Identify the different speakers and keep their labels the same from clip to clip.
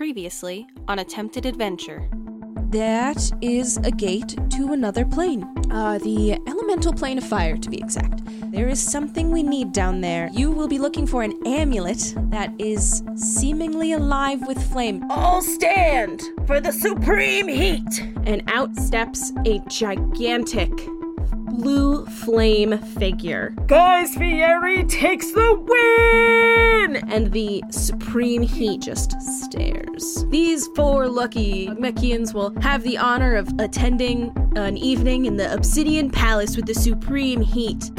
Speaker 1: Previously on Attempted Adventure.
Speaker 2: That is a gate to another plane. Uh, the elemental plane of fire, to be exact. There is something we need down there. You will be looking for an amulet that is seemingly alive with flame.
Speaker 3: All stand for the supreme heat!
Speaker 4: and out steps a gigantic blue flame figure.
Speaker 3: Guys, Fieri takes the win!
Speaker 4: And the supreme heat just stares. These four lucky Mechians will have the honor of attending an evening in the Obsidian Palace with the supreme heat.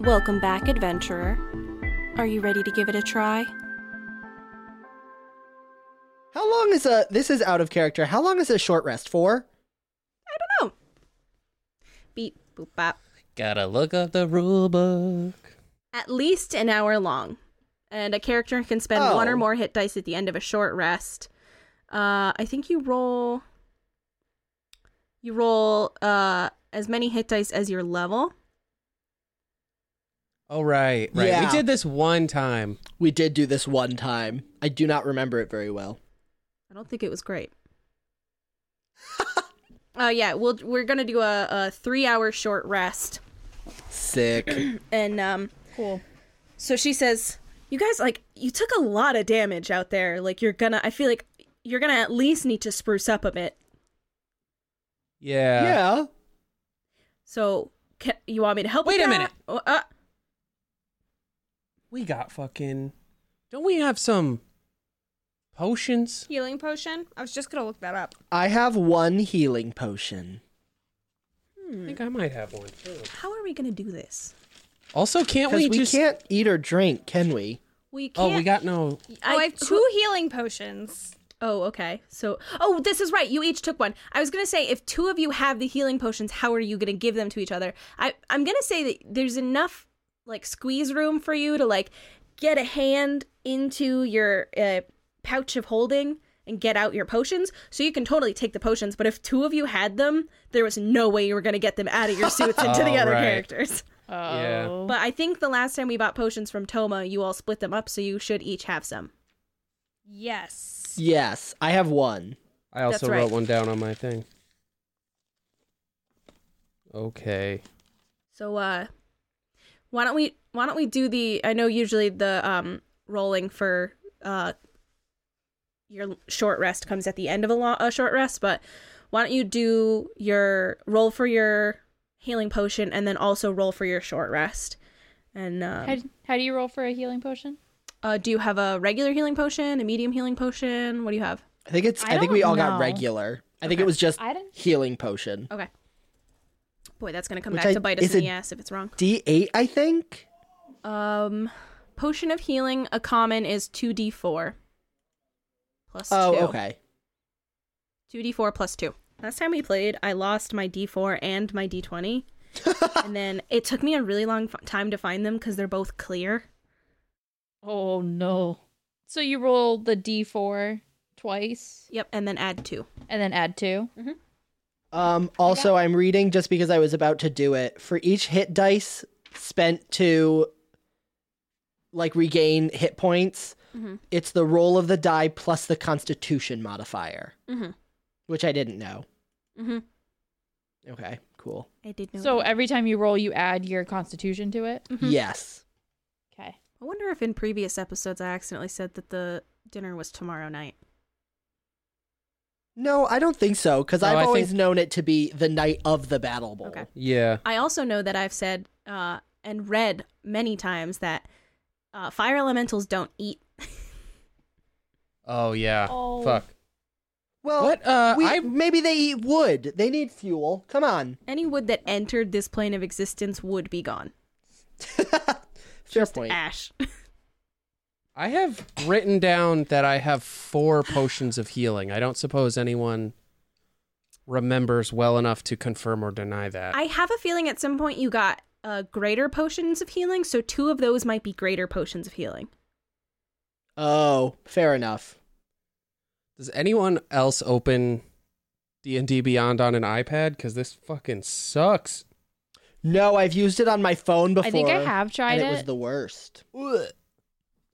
Speaker 1: Welcome back, adventurer. Are you ready to give it a try?
Speaker 5: How long is a this is out of character. How long is a short rest for?
Speaker 4: Beep, boop, bop.
Speaker 6: Gotta look up the rule book.
Speaker 4: At least an hour long. And a character can spend one or
Speaker 5: Oh.
Speaker 4: more hit dice at the end of a short rest. Uh, I think you roll. You roll uh, as many hit dice as your level.
Speaker 6: Oh right, right.
Speaker 5: Yeah.
Speaker 6: We did this one time.
Speaker 5: We did do this one time. I do not remember it very well.
Speaker 4: I don't think it was great. uh, yeah, we'll, we're gonna do a, a three-hour short rest,
Speaker 5: Sick.
Speaker 4: and um, cool. So she says, "You guys, like, you took a lot of damage out there. Like, you're gonna. I feel like you're gonna at least need to spruce up a bit.
Speaker 6: Yeah.
Speaker 5: yeah.
Speaker 4: So, ca you want me to help?
Speaker 6: Wait
Speaker 4: with that?
Speaker 6: a minute.
Speaker 4: Oh, Uh,
Speaker 6: We got fucking. Don't we have some potions?
Speaker 7: Healing potion? I was just gonna look that up.
Speaker 5: I have one healing potion.
Speaker 6: I think I might have one too.
Speaker 4: how are we gonna do this?
Speaker 6: Also, can't
Speaker 5: Because
Speaker 6: we,
Speaker 5: we
Speaker 6: just?
Speaker 5: can't eat or drink, can we?
Speaker 4: We can't.
Speaker 6: oh, we got no.
Speaker 7: oh, I have
Speaker 4: who-
Speaker 7: two healing potions.
Speaker 4: Oh, okay. So, oh, this is right. You each took one. I was gonna say if two of you have the healing potions, how are you gonna give them to each other? I I'm gonna say that there's enough like squeeze room for you to like get a hand into your uh, pouch of holding and get out your potions, so you can totally take the potions. But if two of you had them, there was no way you were gonna get them out of your suits into the
Speaker 6: Oh,
Speaker 4: other
Speaker 6: right.
Speaker 4: characters.
Speaker 8: Oh.
Speaker 6: Yeah.
Speaker 4: But I think the last time we bought potions from Toma, you all split them up, so you should each have some.
Speaker 7: Yes.
Speaker 5: Yes, I have one.
Speaker 6: I also
Speaker 4: That's right.
Speaker 6: wrote one down on my thing. Okay.
Speaker 4: So uh why don't we why don't we do the I know usually the um rolling for uh your short rest comes at the end of a, lo- a short rest, but why don't you do your roll for your healing potion and then also roll for your short rest? And
Speaker 8: How,
Speaker 4: um,
Speaker 8: how do you roll for a healing potion?
Speaker 4: uh, do you have a regular healing potion, a medium healing potion? What do you have?
Speaker 5: I think it's
Speaker 8: I
Speaker 5: I, think we
Speaker 8: don't
Speaker 5: all
Speaker 8: know.
Speaker 5: got regular. I think it was just
Speaker 8: I didn't-
Speaker 5: healing potion.
Speaker 4: Okay. Boy, that's gonna come
Speaker 5: Which
Speaker 4: back
Speaker 5: I-
Speaker 4: to bite us
Speaker 5: is
Speaker 4: in
Speaker 5: it-
Speaker 4: the ass if it's wrong.
Speaker 5: D8, I think.
Speaker 4: Um, potion of healing, a common is two d four. Plus two.
Speaker 5: Oh, okay.
Speaker 4: Two d four plus two. Last time we played, I lost my d four and my d twenty, and then it took me a really long f- time to find them because they're both clear.
Speaker 8: Oh no. So you roll the d4 twice
Speaker 4: Yep, and then add two.
Speaker 8: and then add two.
Speaker 5: Um, also, I'm reading just because I was about to do it. For each hit dice spent to like regain hit points,
Speaker 8: Mm-hmm.
Speaker 5: it's the roll of the die plus the Constitution modifier,
Speaker 4: Mhm.
Speaker 5: which I didn't know.
Speaker 4: Mhm.
Speaker 5: Okay, cool.
Speaker 4: I did know.
Speaker 8: So
Speaker 4: that.
Speaker 8: every time you roll, you add your constitution to it.
Speaker 4: Mhm.
Speaker 5: Yes,
Speaker 8: Okay.
Speaker 4: I wonder if in previous episodes I accidentally said that the dinner was tomorrow night.
Speaker 5: no, I don't think so because
Speaker 6: No, I
Speaker 5: I've
Speaker 6: think-
Speaker 5: always known it to be the night of the battle bowl.
Speaker 4: Okay.
Speaker 6: Yeah.
Speaker 4: I also know that I've said uh, and read many times that uh, fire elementals don't eat.
Speaker 6: Oh yeah.
Speaker 8: Oh.
Speaker 6: Fuck.
Speaker 5: Well,
Speaker 6: What? Uh,
Speaker 5: we,
Speaker 6: I-
Speaker 5: maybe they eat wood. They need fuel. Come on.
Speaker 4: Any wood that entered this plane of existence would be gone.
Speaker 5: Fair
Speaker 4: Just
Speaker 5: point.
Speaker 4: ash.
Speaker 6: I have written down that I have four potions of healing. I don't suppose anyone remembers well enough to confirm or deny that.
Speaker 4: I have a feeling at some point you got uh, greater potions of healing, so two of those might be greater potions of healing.
Speaker 5: Oh, fair enough.
Speaker 6: Does anyone else open D and D Beyond on an iPad? Because this fucking sucks.
Speaker 5: No, I've used it on my phone before.
Speaker 8: I think I have tried
Speaker 5: and
Speaker 8: it.
Speaker 5: it was the worst.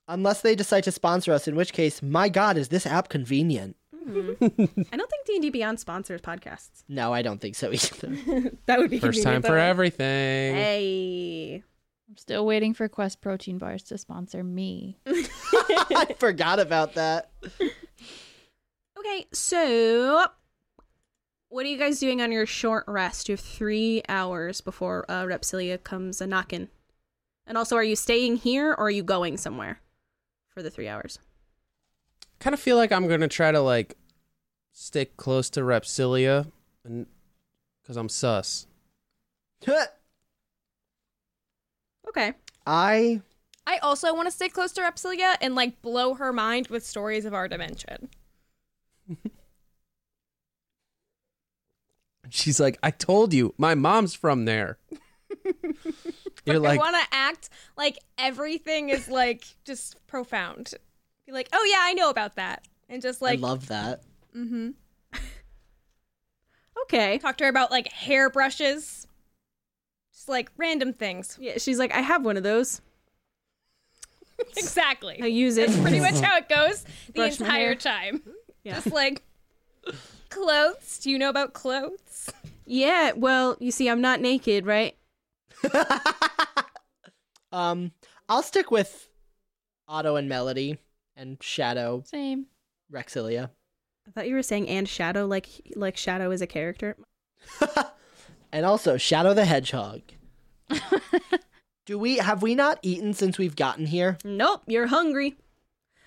Speaker 5: Unless they decide to sponsor us, in which case, my God, is this app convenient?
Speaker 4: I don't think D and D Beyond sponsors podcasts.
Speaker 5: No, I don't think so either.
Speaker 4: That would be
Speaker 6: First time
Speaker 4: convenient,
Speaker 6: for
Speaker 4: but-
Speaker 6: everything.
Speaker 4: Hey,
Speaker 8: I'm still waiting for Quest protein bars to sponsor me.
Speaker 5: I forgot about that.
Speaker 4: okay, so what are you guys doing on your short rest? You have three hours before uh, Repsilia comes a knocking. And also, are you staying here or are you going somewhere for the three hours?
Speaker 6: Kind of feel like I'm gonna try to like stick close to Repsilia, and because I'm sus.
Speaker 4: Okay.
Speaker 5: I
Speaker 7: I also want to stay close to Repsilia and like blow her mind with stories of our dimension.
Speaker 6: She's like, I told you, my mom's from there. You're like,
Speaker 7: I want to act like everything is like just profound. Be like, oh yeah, I know about that, and just like
Speaker 5: I love that.
Speaker 7: mm-hmm.
Speaker 4: Okay.
Speaker 7: talk to her about like hairbrushes, just like random things.
Speaker 4: Yeah, she's like, I have one of those. I
Speaker 7: exactly.
Speaker 4: use it.
Speaker 7: That's pretty much how it goes the
Speaker 4: Brush my hair.
Speaker 7: entire time.
Speaker 4: Yeah.
Speaker 7: Just like clothes. Do you know about clothes?
Speaker 4: Yeah, well, you see, I'm not naked, right?
Speaker 5: Um, I'll stick with Otto and Melody and Shadow
Speaker 8: Same.
Speaker 5: Rexilia.
Speaker 4: I thought you were saying and Shadow, like like Shadow is a character.
Speaker 5: and also Shadow the Hedgehog. Do we have we not eaten since we've gotten here?
Speaker 4: Nope, you're hungry.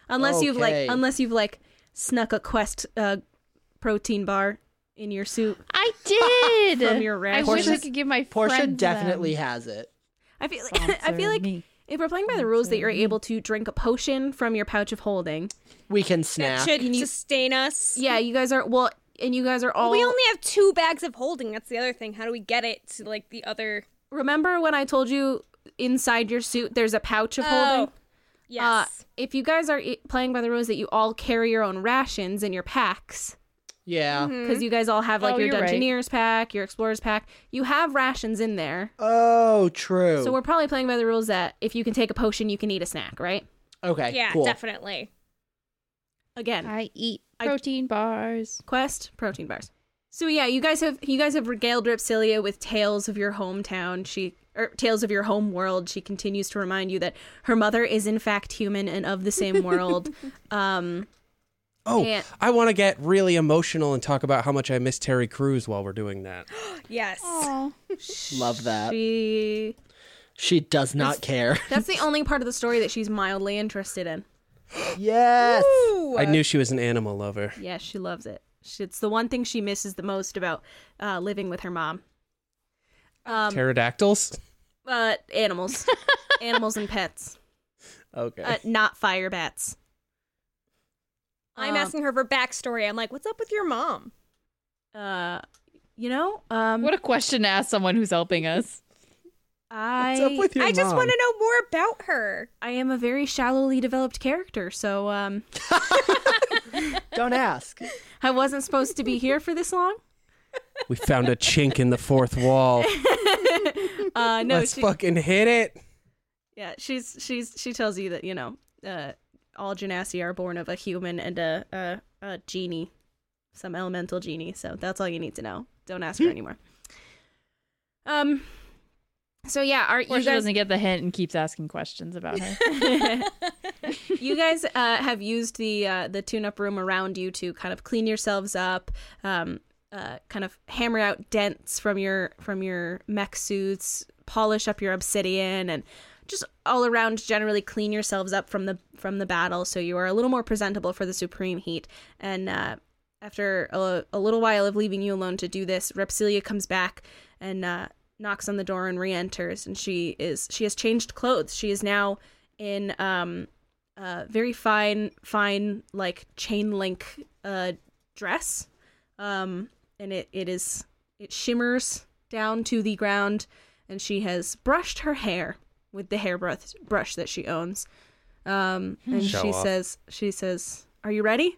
Speaker 4: Unless you've
Speaker 5: Okay.
Speaker 4: like unless you've like snuck a quest uh protein bar in your soup.
Speaker 8: I did.
Speaker 4: From your
Speaker 8: I
Speaker 4: rations.
Speaker 8: wish I
Speaker 5: Portia's-
Speaker 8: could give my
Speaker 5: Portia
Speaker 8: friend
Speaker 5: definitely
Speaker 8: them.
Speaker 5: has it.
Speaker 4: I feel like I feel like
Speaker 8: me.
Speaker 4: if we're playing by the rules that you're able to drink a potion from your pouch of holding.
Speaker 5: We can
Speaker 7: That
Speaker 5: snack.
Speaker 7: should sustain us.
Speaker 4: Yeah, you guys are well and you guys are all
Speaker 7: We only have two bags of holding. That's the other thing. How do we get it to like the other?
Speaker 4: remember when I told you inside your suit there's a pouch of holding?
Speaker 7: Oh, Yes.
Speaker 4: Uh, if you guys are e- playing by the rules that you all carry your own rations in your packs,
Speaker 5: Yeah.
Speaker 4: because you guys all have like
Speaker 8: Oh,
Speaker 4: your
Speaker 8: you're right.
Speaker 4: Dungeoneers pack, your Explorers pack, you have rations in there.
Speaker 5: Oh, true.
Speaker 4: So we're probably playing by the rules that if you can take a potion, you can eat a snack, right?
Speaker 5: okay.
Speaker 7: yeah,
Speaker 5: cool.
Speaker 7: definitely.
Speaker 4: Again,
Speaker 8: I eat
Speaker 4: I-
Speaker 8: protein bars.
Speaker 4: quest protein bars. So yeah, you guys have you guys have regaled Ripsilia with tales of your hometown. She or tales of your home world. She continues to remind you that her mother is in fact human and of the same world. um,
Speaker 6: oh,
Speaker 4: and-
Speaker 6: I want to get really emotional and talk about how much I miss Terry Crews while we're doing that.
Speaker 7: Yes.
Speaker 5: Love that.
Speaker 4: she
Speaker 5: She does not care.
Speaker 4: That's the only part of the story that she's mildly interested in.
Speaker 5: yes.
Speaker 6: I knew she was an animal lover.
Speaker 4: Yeah, she loves it. She- It's the one thing she misses the most about uh, living with her mom. Um,
Speaker 6: Pterodactyls?
Speaker 4: uh, animals, animals and pets,
Speaker 6: Okay.
Speaker 4: uh, not fire bats.
Speaker 7: I'm
Speaker 4: Um,
Speaker 7: asking her for backstory. I'm like, what's up with your mom?
Speaker 4: Uh, you know, um,
Speaker 8: What a question to ask someone who's helping us.
Speaker 4: I
Speaker 6: What's up with your
Speaker 7: I just
Speaker 6: mom?
Speaker 7: want to know more about her.
Speaker 4: I am a very shallowly developed character, so um,
Speaker 5: Don't ask.
Speaker 4: I wasn't supposed to be here for this long.
Speaker 6: We found a chink in the fourth wall.
Speaker 4: Uh, no,
Speaker 6: Let's
Speaker 4: she-
Speaker 6: fucking hit it.
Speaker 4: Yeah, she's she's she tells you that you know uh, all genasi are born of a human and a, a a genie, some elemental genie. So that's all you need to know. Don't ask her anymore. Um. So yeah, are
Speaker 8: Portia
Speaker 4: you guys
Speaker 8: doesn't get the hint and keeps asking questions about her.
Speaker 4: you guys uh, have used the uh, the tune up room around you to kind of clean yourselves up, um, uh, kind of hammer out dents from your from your mech suits, polish up your obsidian, and just all around generally clean yourselves up from the from the battle, so you are a little more presentable for the supreme heat. And uh, after a, a little while of leaving you alone to do this, Repsilia comes back and uh, knocks on the door and re-enters. And she is she has changed clothes. She is now in um, a very fine, fine like chain link uh, dress, um, and it, it is it shimmers down to the ground. And she has brushed her hair with the hair brush, brush that she owns. Um, and
Speaker 6: Hmm. Show
Speaker 4: she
Speaker 6: off.
Speaker 4: says, she says, "Are you ready?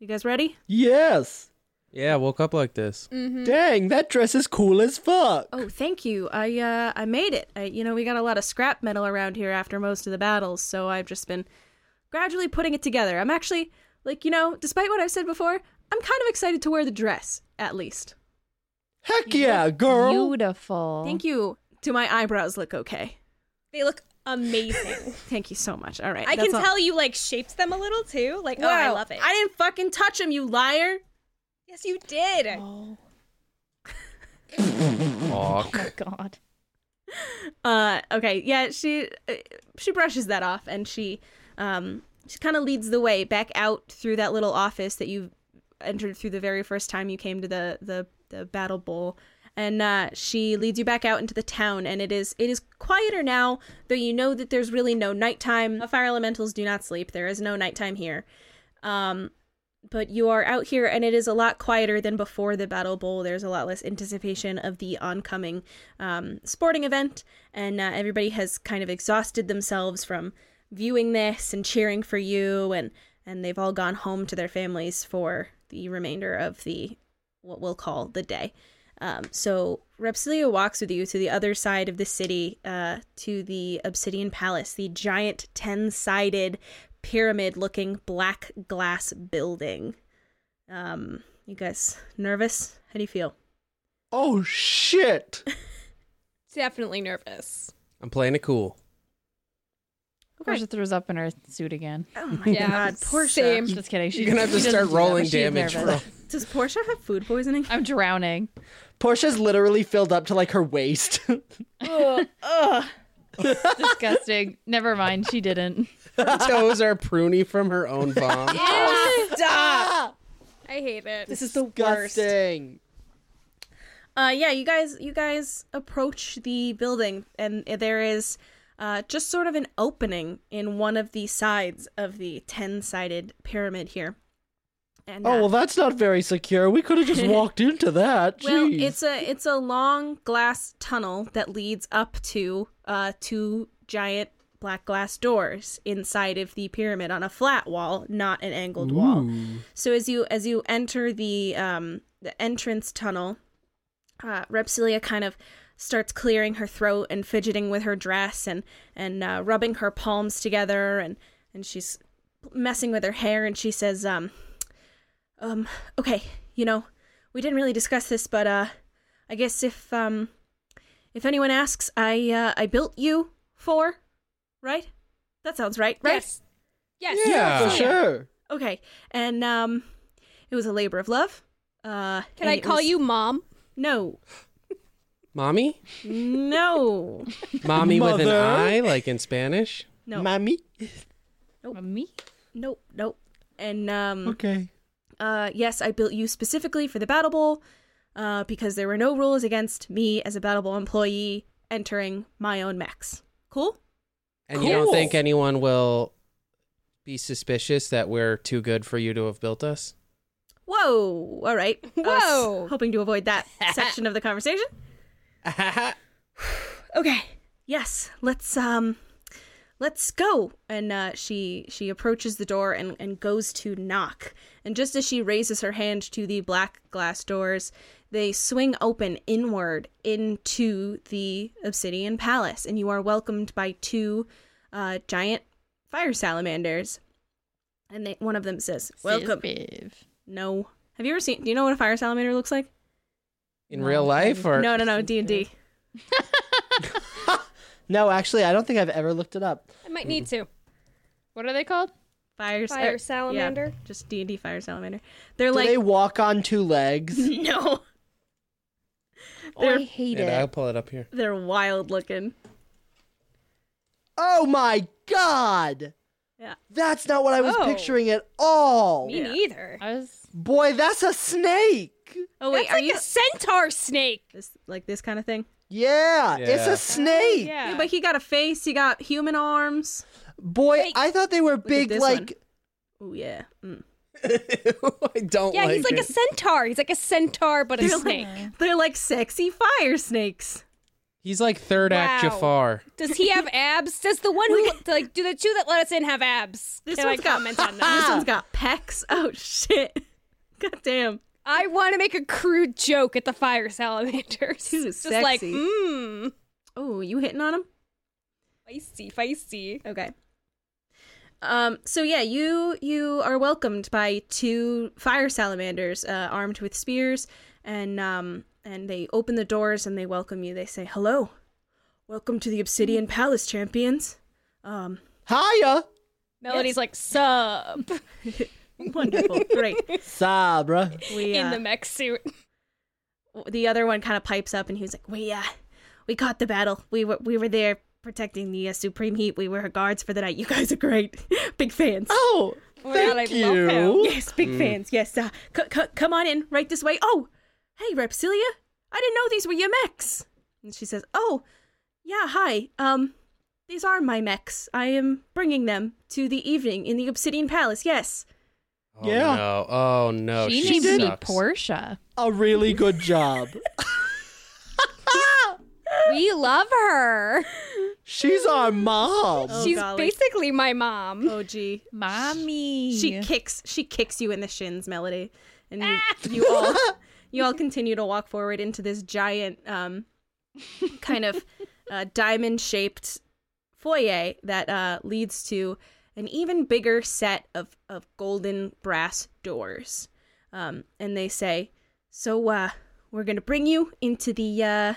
Speaker 4: You guys ready?"
Speaker 5: Yes.
Speaker 6: Yeah, woke up like this.
Speaker 4: Mm.
Speaker 5: Dang, that dress is cool as fuck.
Speaker 4: Mm-hmm. Oh, thank you. I uh, I made it. I, you know, we got a lot of scrap metal around here after most of the battles, so I've just been gradually putting it together. I'm actually like, you know, despite what I've said before, I'm kind of excited to wear the dress at least.
Speaker 5: Heck yeah, girl.
Speaker 8: Beautiful.
Speaker 4: Thank you. Do my eyebrows look okay?
Speaker 7: They look amazing.
Speaker 4: Thank you so much. All right.
Speaker 7: I
Speaker 4: that's
Speaker 7: can
Speaker 4: all-
Speaker 7: tell you like shaped them a little too. Like, oh, I
Speaker 4: Wow,
Speaker 7: love it.
Speaker 4: I didn't fucking touch him, you liar.
Speaker 7: yes, you did.
Speaker 6: Fuck.
Speaker 8: God.
Speaker 4: Uh, okay, yeah, she uh, she brushes that off, and she um she kind of leads the way back out through that little office that you entered through the very first time you came to the the the battle bowl, and uh, she leads you back out into the town, and it is it is quieter now, though you know that there's really no nighttime. Fire elementals do not sleep. There is no nighttime here. Um, but you are out here and it is a lot quieter than before the battle bowl there's a lot less anticipation of the oncoming um, sporting event and uh, everybody has kind of exhausted themselves from viewing this and cheering for you and and they've all gone home to their families for the remainder of the what we'll call the day um, so Repsilia walks with you to the other side of the city, uh, to the Obsidian Palace, the giant ten-sided pyramid-looking black glass building. Um, you guys nervous? How do you feel?
Speaker 5: Oh shit.
Speaker 7: Definitely nervous.
Speaker 6: I'm playing it cool.
Speaker 8: Portia throws up in her suit again.
Speaker 4: Oh my
Speaker 7: Yeah,
Speaker 4: god, Portia!
Speaker 7: same.
Speaker 8: Just kidding. She's
Speaker 6: You're gonna have to start rolling damage, bro.
Speaker 4: Does Portia have food poisoning?
Speaker 8: I'm drowning.
Speaker 5: Portia's literally filled up to like her waist.
Speaker 8: Disgusting. Never mind. She didn't.
Speaker 6: Toes are pruny from her own bomb.
Speaker 7: I hate it.
Speaker 5: this is the Disgusting.
Speaker 4: Uh, yeah, you guys, you guys approach the building, and there is uh, just sort of an opening in one of the sides of the ten-sided pyramid here. And,
Speaker 5: Oh
Speaker 4: uh,
Speaker 5: well, that's not very secure. We could have just walked into that.
Speaker 4: Well,
Speaker 5: Jeez.
Speaker 4: it's a it's a long glass tunnel that leads up to uh two giant black glass doors inside of the pyramid on a flat wall, not an angled wall. So as you as you enter the um the entrance tunnel, uh, Repsilia kind of starts clearing her throat and fidgeting with her dress and and uh, rubbing her palms together and and she's messing with her hair and she says um um okay you know we didn't really discuss this but uh i guess if um if anyone asks i uh i built you for right that sounds right right
Speaker 7: Yes. Yes.
Speaker 6: Yeah.
Speaker 5: for sure.
Speaker 4: okay and um it was a labor of love uh
Speaker 7: Can
Speaker 4: and
Speaker 7: I
Speaker 4: it
Speaker 7: call
Speaker 4: was-
Speaker 7: you mom?
Speaker 4: no
Speaker 6: Mommy?
Speaker 4: no
Speaker 6: Mommy with an
Speaker 5: Mother.
Speaker 6: I, like in Spanish?
Speaker 4: no
Speaker 5: Mommy.
Speaker 8: Me?
Speaker 4: nope nope and um
Speaker 5: Okay.
Speaker 4: uh, yes, I built you specifically for the Battle Bowl uh, because there were no rules against me as a Battle Bowl employee entering my own mechs. Cool?
Speaker 6: And you don't
Speaker 5: Cool.
Speaker 6: think anyone will be suspicious that we're too good for you to have built us?
Speaker 4: Whoa. All right. I was
Speaker 7: Whoa.
Speaker 4: hoping to avoid that section of the conversation. okay. Yes, let's um let's go. And uh, she she approaches the door and, and goes to knock. And just as she raises her hand to the black glass doors, they swing open inward into the obsidian palace, and you are welcomed by two uh, giant fire salamanders. And they, one of them says, "Welcome." No. Have you ever seen? Do you know what a fire salamander looks like?
Speaker 6: In real life? Or
Speaker 4: No, no, no. D and D.
Speaker 5: No, actually, I don't think I've ever looked it up.
Speaker 7: I might need to.
Speaker 8: What are they called?
Speaker 4: Fire, sa-
Speaker 7: Fire
Speaker 4: er, yeah,
Speaker 7: salamander?
Speaker 4: just D and D fire salamander. They're
Speaker 5: Do
Speaker 4: like
Speaker 5: they walk on two legs?
Speaker 4: no.
Speaker 8: I
Speaker 4: They're
Speaker 8: hate
Speaker 6: And I'll
Speaker 8: it.
Speaker 6: pull it up here.
Speaker 4: they're wild looking.
Speaker 5: Oh my god! That's not what I was
Speaker 7: Oh.
Speaker 5: picturing at all.
Speaker 7: Me neither.
Speaker 8: I was
Speaker 5: Boy, that's a snake.
Speaker 4: Oh wait,
Speaker 7: That's
Speaker 4: are
Speaker 7: like
Speaker 4: you
Speaker 7: a centaur snake?
Speaker 4: this, like this kind of thing?
Speaker 5: Yeah, it's
Speaker 6: Yeah.
Speaker 5: a snake.
Speaker 7: Yeah.
Speaker 4: Yeah, but he got a face. He got human arms.
Speaker 5: Boy,
Speaker 7: Like-
Speaker 5: I thought they were big
Speaker 4: this
Speaker 5: like
Speaker 4: one. Oh yeah. Mm.
Speaker 6: I don't
Speaker 7: yeah,
Speaker 6: like
Speaker 7: he's like a
Speaker 6: it.
Speaker 7: centaur. He's like a centaur, but a
Speaker 4: They're
Speaker 7: snake.
Speaker 4: like they're like sexy fire snakes.
Speaker 6: He's like third act
Speaker 7: Wow.
Speaker 6: Jafar.
Speaker 7: Does he have abs? Does the one who like do the two that let us in have abs?
Speaker 4: This
Speaker 7: Can I
Speaker 4: one's got
Speaker 7: comment on that?
Speaker 4: this one's got pecs. Oh shit. God damn.
Speaker 7: I want to make a crude joke at the fire salamanders.
Speaker 4: Too
Speaker 7: Just like,
Speaker 4: sexy.
Speaker 7: mmm,
Speaker 4: Oh, you hitting on him?
Speaker 7: feisty, feisty.
Speaker 4: Okay. Um, so yeah, you you are welcomed by two fire salamanders uh, armed with spears, and um, and they open the doors and they welcome you. They say, "Hello, welcome to the Obsidian Palace, champions." Um,
Speaker 5: hiya,
Speaker 7: Melody's like, sub
Speaker 4: wonderful, great.
Speaker 5: Sabra.
Speaker 4: We,
Speaker 7: in
Speaker 4: uh,
Speaker 7: the mech suit.
Speaker 4: the other one kind of pipes up and he was like, "We uh, we caught the battle. We were we were there protecting the uh, Supreme Heat. We were her guards for the night. You guys are great. Big fans.
Speaker 5: Oh,
Speaker 7: Oh my God, I
Speaker 5: thank
Speaker 7: love him.
Speaker 5: you.
Speaker 4: Yes, big fans. Yes, uh, c- c- come on in, right this way. Oh, hey, Repsilia, I didn't know these were your mechs. And she says, "Oh, yeah, hi. Um, these are my mechs. I am bringing them to the evening in the Obsidian Palace. Yes,
Speaker 6: Oh,
Speaker 5: Yeah.
Speaker 6: No. Oh no.
Speaker 8: she,
Speaker 6: she
Speaker 8: named me
Speaker 6: sucks.
Speaker 8: Portia.
Speaker 5: A really good job.
Speaker 7: We love her.
Speaker 5: She's our mom.
Speaker 4: Oh,
Speaker 7: She's
Speaker 4: golly.
Speaker 7: basically my mom.
Speaker 4: oh gee."
Speaker 8: Mommy.
Speaker 4: She kicks. She kicks you in the shins, Melody, and you, you all you all continue to walk forward into this giant, um, kind of uh, diamond shaped foyer that uh, leads to an even bigger set of of golden brass doors. Um, and they say, "So uh, we're gonna bring you into the uh,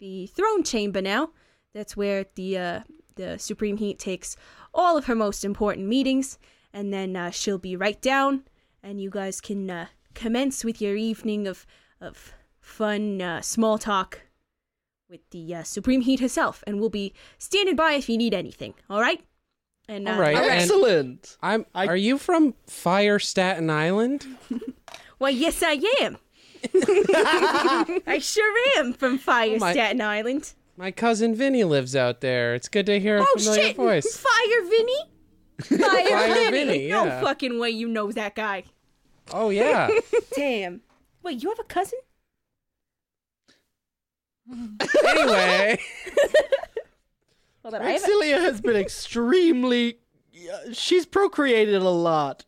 Speaker 4: the throne chamber now. That's where the uh, the Supreme Heat takes all of her most important meetings, and then uh, she'll be right down, and you guys can uh, commence with your evening of of fun uh, small talk with the uh, Supreme Heat herself, and we'll be standing by if you need anything. All right? And uh,
Speaker 6: All right. and
Speaker 5: Excellent.
Speaker 6: I'm.
Speaker 5: I-
Speaker 6: Are you from Fire Staten Island?
Speaker 4: Well, yes, I am. I sure am from Fire
Speaker 6: Oh my-
Speaker 4: Staten Island.
Speaker 6: My cousin Vinny lives out there. It's good to hear a
Speaker 4: Oh
Speaker 6: familiar
Speaker 4: shit!
Speaker 6: voice.
Speaker 4: Fire Vinny. Fire,
Speaker 6: Fire
Speaker 4: Vinny.
Speaker 6: Vinny, yeah.
Speaker 4: No fucking way you know that guy.
Speaker 6: Oh yeah.
Speaker 4: Damn. Wait, you have a cousin?
Speaker 6: anyway,
Speaker 4: Hold on, I have a-
Speaker 5: Exilia has been extremely. yeah, She's procreated a lot.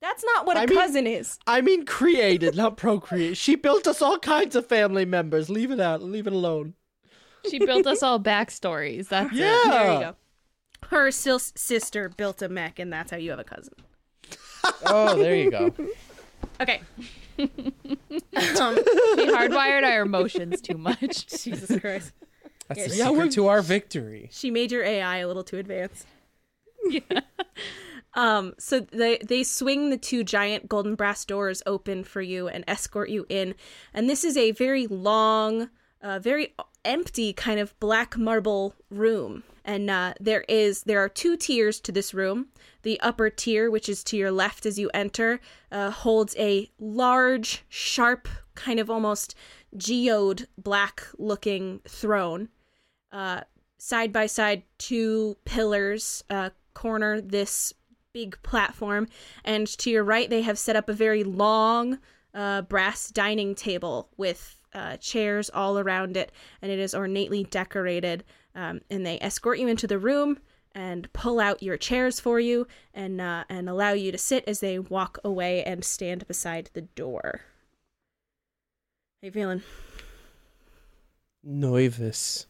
Speaker 4: That's not what a
Speaker 5: I mean-
Speaker 4: cousin is.
Speaker 5: I mean, created, not procreate. She built us all kinds of family members. Leave it out. Leave it alone.
Speaker 8: she built us all backstories. That's it.
Speaker 5: Yeah.
Speaker 4: There you go. Her sis- sister built a mech, and that's how you have a cousin.
Speaker 6: oh there you go.
Speaker 4: Okay.
Speaker 8: She hardwired our emotions too much.
Speaker 4: Jesus Christ.
Speaker 6: That's the
Speaker 5: Yeah,
Speaker 6: secret
Speaker 5: we're-
Speaker 6: to our victory.
Speaker 4: She made your AI a little too advanced. um, so they they swing the two giant golden brass doors open for you and escort you in. And this is a very long, uh, very empty kind of black marble room. And uh, there is there are two tiers to this room. The upper tier, which is to your left as you enter, uh, holds a large, sharp, kind of almost geode black looking throne uh, side by side two pillars uh, corner this big platform and to your right they have set up a very long uh, brass dining table with uh, chairs all around it and it is ornately decorated um, and they escort you into the room and pull out your chairs for you and uh, and allow you to sit as they walk away and stand beside the door how you feeling
Speaker 6: Noivus.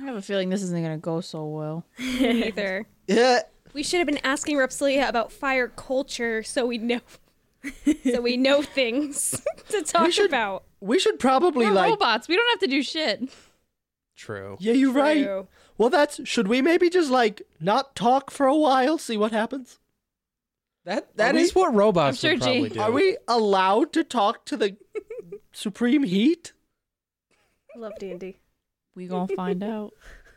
Speaker 8: I have a feeling this isn't gonna go so well.
Speaker 7: Me neither.
Speaker 5: Yeah.
Speaker 7: We should have been asking Repsilia about fire culture so we know, so we know things to talk
Speaker 5: should-
Speaker 7: about.
Speaker 5: We should probably,
Speaker 8: We're
Speaker 5: like.
Speaker 8: robots. We don't have to do shit.
Speaker 6: True.
Speaker 5: Yeah, you're right.
Speaker 7: True.
Speaker 5: Well, that's. Should we maybe just, like, not talk for a while, see what happens?
Speaker 6: That that
Speaker 5: Are
Speaker 6: is
Speaker 5: we-
Speaker 6: what robots
Speaker 8: I'm sure
Speaker 6: would probably
Speaker 8: Jane-
Speaker 6: do.
Speaker 5: Are we allowed to talk to the Supreme Heat?
Speaker 4: i love d&d
Speaker 8: We gonna find out.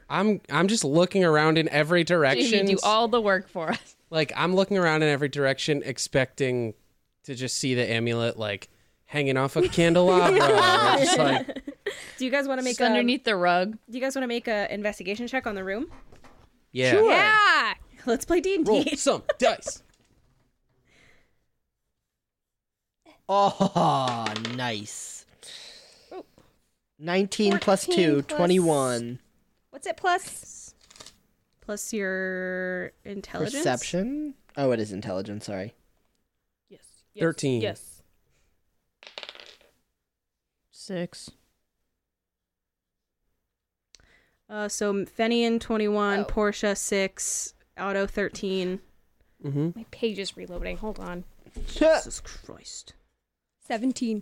Speaker 6: I'm I'm just looking around in every
Speaker 8: Jamie,
Speaker 6: direction.
Speaker 8: do all the work for us.
Speaker 6: Like I'm looking around in every direction, expecting to just see the amulet like hanging off a candelabra. It's just like,
Speaker 4: Do you guys want to make um,
Speaker 8: Just
Speaker 4: a,
Speaker 8: underneath the rug.
Speaker 4: Do you guys want to make a investigation check on the room?
Speaker 6: yeah,
Speaker 7: Yeah.
Speaker 4: Let's play D and
Speaker 6: roll
Speaker 4: D.
Speaker 6: some dice.
Speaker 5: Oh, nice. 19 plus 2, 21.
Speaker 4: What's it plus? Plus your intelligence.
Speaker 5: Perception? Oh, it is intelligence, sorry.
Speaker 9: Yes. yes,
Speaker 6: 13.
Speaker 9: Yes.
Speaker 8: Six.
Speaker 4: Uh, so Fenian twenty one,
Speaker 7: Oh.
Speaker 4: Portia six, Auto thirteen.
Speaker 6: Mm-hmm.
Speaker 7: My page is reloading. Hold on.
Speaker 5: Uh.
Speaker 4: Jesus Christ.
Speaker 7: 17.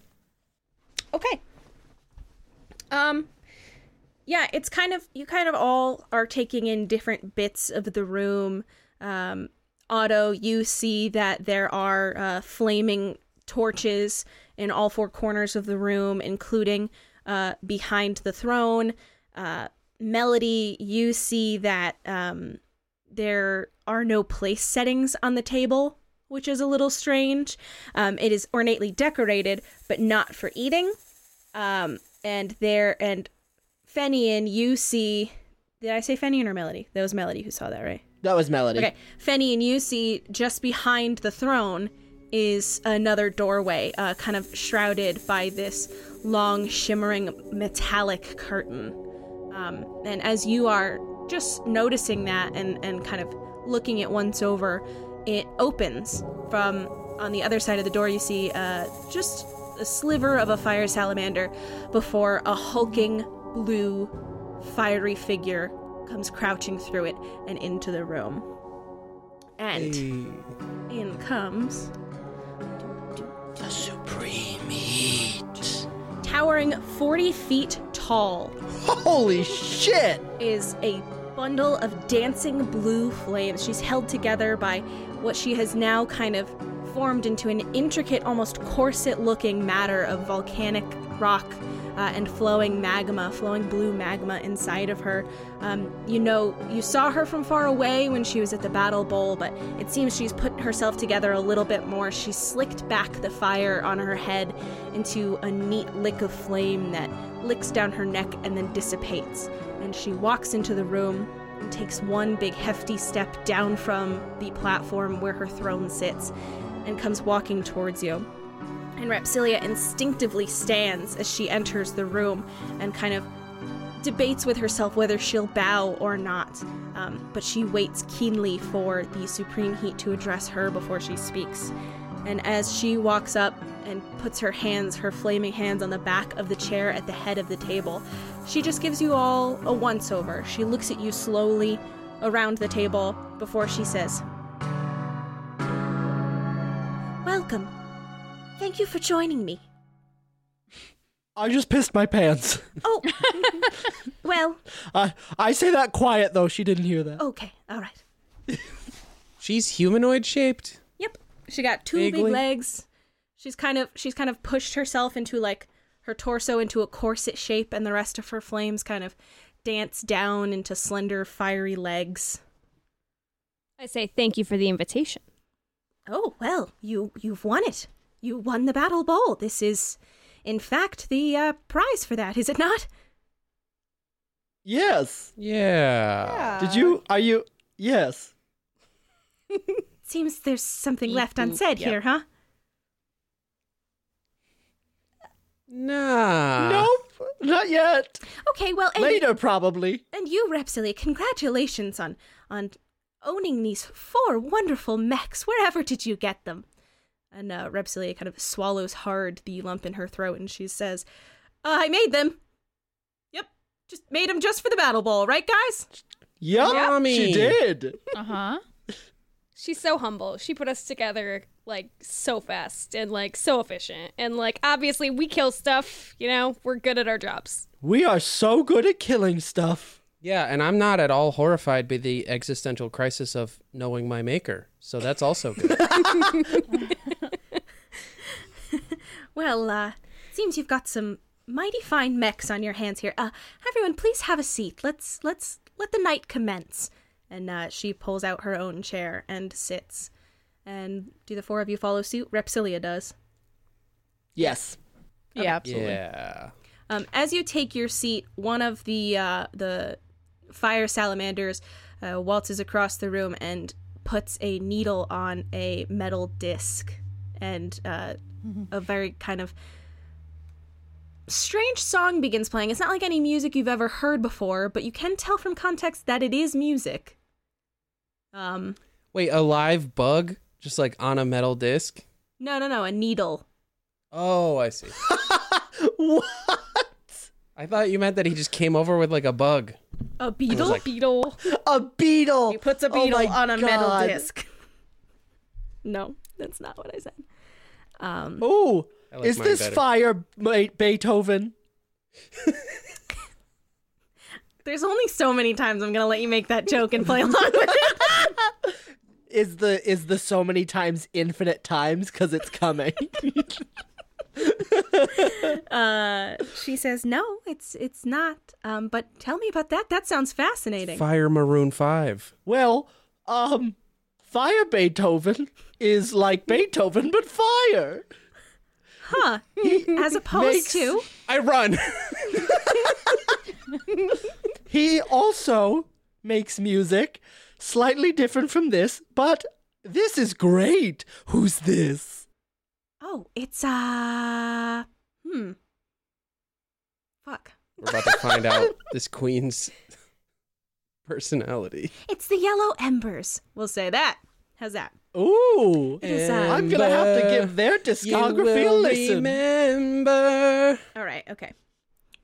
Speaker 4: Okay. Um yeah, it's kind of you kind of all are taking in different bits of the room. Um Otto, you see that there are uh, flaming torches in all four corners of the room, including uh, behind the throne. Uh, Melody, you see that um, there are no place settings on the table, which is a little strange. Um, it is ornately decorated, but not for eating. Um, and there and Fenian, you see. Did I say Fenian or Melody? That was Melody who saw that, right?
Speaker 5: That was Melody.
Speaker 4: Okay, Fenny, and you see just behind the throne is another doorway, uh, kind of shrouded by this long, shimmering metallic curtain. Um, and as you are just noticing that and, and kind of looking it once over, it opens from on the other side of the door. You see uh, just a sliver of a fire salamander before a hulking blue fiery figure comes crouching through it and into the room. And in comes
Speaker 5: The Supreme Heat.
Speaker 4: towering 40 feet tall
Speaker 5: Holy shit!
Speaker 4: is a bundle of dancing blue flames. She's held together by what she has now kind of formed into an intricate, almost corset looking matter of volcanic rock. Uh, and flowing magma, flowing blue magma inside of her. Um, you know, you saw her from far away when she was at the Battle Bowl, but it seems she's put herself together a little bit more. She slicked back the fire on her head into a neat lick of flame that licks down her neck and then dissipates and she walks into the room and takes one big hefty step down from the platform where her throne sits and comes walking towards you. And Repsilia instinctively stands as she enters the room and kind of debates with herself whether she'll bow or not. Um, but she waits keenly for the Supreme Heat to address her before she speaks. And as she walks up and puts her hands, her flaming hands, on the back of the chair at the head of the table, she just gives you all a once over. She looks at you slowly around the table before she says, Welcome. Thank you for joining me.
Speaker 5: I just pissed my pants.
Speaker 4: Oh, well,
Speaker 5: I I say that quiet though. She didn't hear that.
Speaker 4: okay, all right.
Speaker 6: She's humanoid shaped.
Speaker 4: Yep. She got two
Speaker 6: Vaguely.
Speaker 4: big legs. She's kind of she's kind of pushed herself into like her torso into a corset shape and the rest of her flames kind of dance down into slender fiery legs.
Speaker 7: I say thank you for the invitation.
Speaker 4: Oh, well, you you've won it. You won the battle bowl. This is in fact the uh, prize for that, is it not?
Speaker 5: Yes.
Speaker 6: Yeah.
Speaker 5: Did you? Are you? Yes.
Speaker 4: Seems there's something
Speaker 8: Beep
Speaker 4: left
Speaker 8: boop,
Speaker 4: unsaid
Speaker 8: yep.
Speaker 4: here, huh?
Speaker 5: Uh.
Speaker 6: Nah.
Speaker 5: nope. Not yet.
Speaker 4: Okay, well, and
Speaker 5: Later, probably.
Speaker 4: And you, Repsily, congratulations on on owning these four wonderful mechs. Wherever did you get them? And uh, Repsily kind of swallows hard the lump in her throat, and she says, uh, "I made them. Yep, just made them just for the battle ball, right, guys?
Speaker 5: Yup.
Speaker 6: Mommy.
Speaker 5: She did.
Speaker 8: Uh huh.
Speaker 7: She's so humble. She put us together like so fast and like so efficient. And like obviously we kill stuff, you know, we're good at our jobs.
Speaker 5: We are so good at killing stuff.
Speaker 6: Yeah, and I'm not at all horrified by the existential crisis of knowing my maker. So that's also good.
Speaker 4: Well, uh, seems you've got some mighty fine mechs on your hands here. Uh, everyone, please have a seat. Let's let's let the night commence." and uh, she pulls out her own chair and sits. And do the four of you follow suit? Repsilia does.
Speaker 5: Yes.
Speaker 9: Yeah, absolutely.
Speaker 6: Yeah.
Speaker 4: Um, as you take your seat, one of the uh, the fire salamanders uh, waltzes across the room and puts a needle on a metal disc, and uh, a very kind of strange song begins playing. It's not like any music you've ever heard before, but you can tell from context that it is music. Um,
Speaker 6: Wait, a live bug just like on a metal disc?
Speaker 4: no, no, no, a needle.
Speaker 6: Oh, I see.
Speaker 5: What?
Speaker 6: I thought you meant that he just came over with like a bug.
Speaker 4: A beetle.
Speaker 7: Beetle.
Speaker 5: A beetle.
Speaker 3: He puts a
Speaker 5: Oh
Speaker 3: beetle
Speaker 5: my
Speaker 3: on a metal
Speaker 5: God.
Speaker 3: disc.
Speaker 4: No, that's not what I said. Um,
Speaker 5: Ooh,
Speaker 6: I like
Speaker 5: is
Speaker 6: mine
Speaker 5: this
Speaker 6: better.
Speaker 5: fire Be- Beethoven?
Speaker 4: There's only so many times I'm gonna let you make that joke and play along with it.
Speaker 5: Is the is the so many times infinite times because it's coming?
Speaker 4: Uh, she says, "No, it's it's not." Um, but tell me about that. That sounds fascinating.
Speaker 6: Fire Maroon 5.
Speaker 5: well, um, fire Beethoven is like Beethoven but fire.
Speaker 4: Huh? As opposed
Speaker 5: makes-
Speaker 4: to
Speaker 6: I run.
Speaker 5: He also makes music slightly different from this, but this is great. Who's this?
Speaker 4: oh, it's uh, hmm, fuck.
Speaker 6: We're about to find out this queen's personality.
Speaker 4: It's the yellow embers. We'll say that. How's that?
Speaker 5: Ooh.
Speaker 4: It is, uh,
Speaker 5: I'm going to have to give their
Speaker 6: You
Speaker 5: discography a
Speaker 6: will
Speaker 5: listen.
Speaker 6: Remember.
Speaker 4: All right. Okay.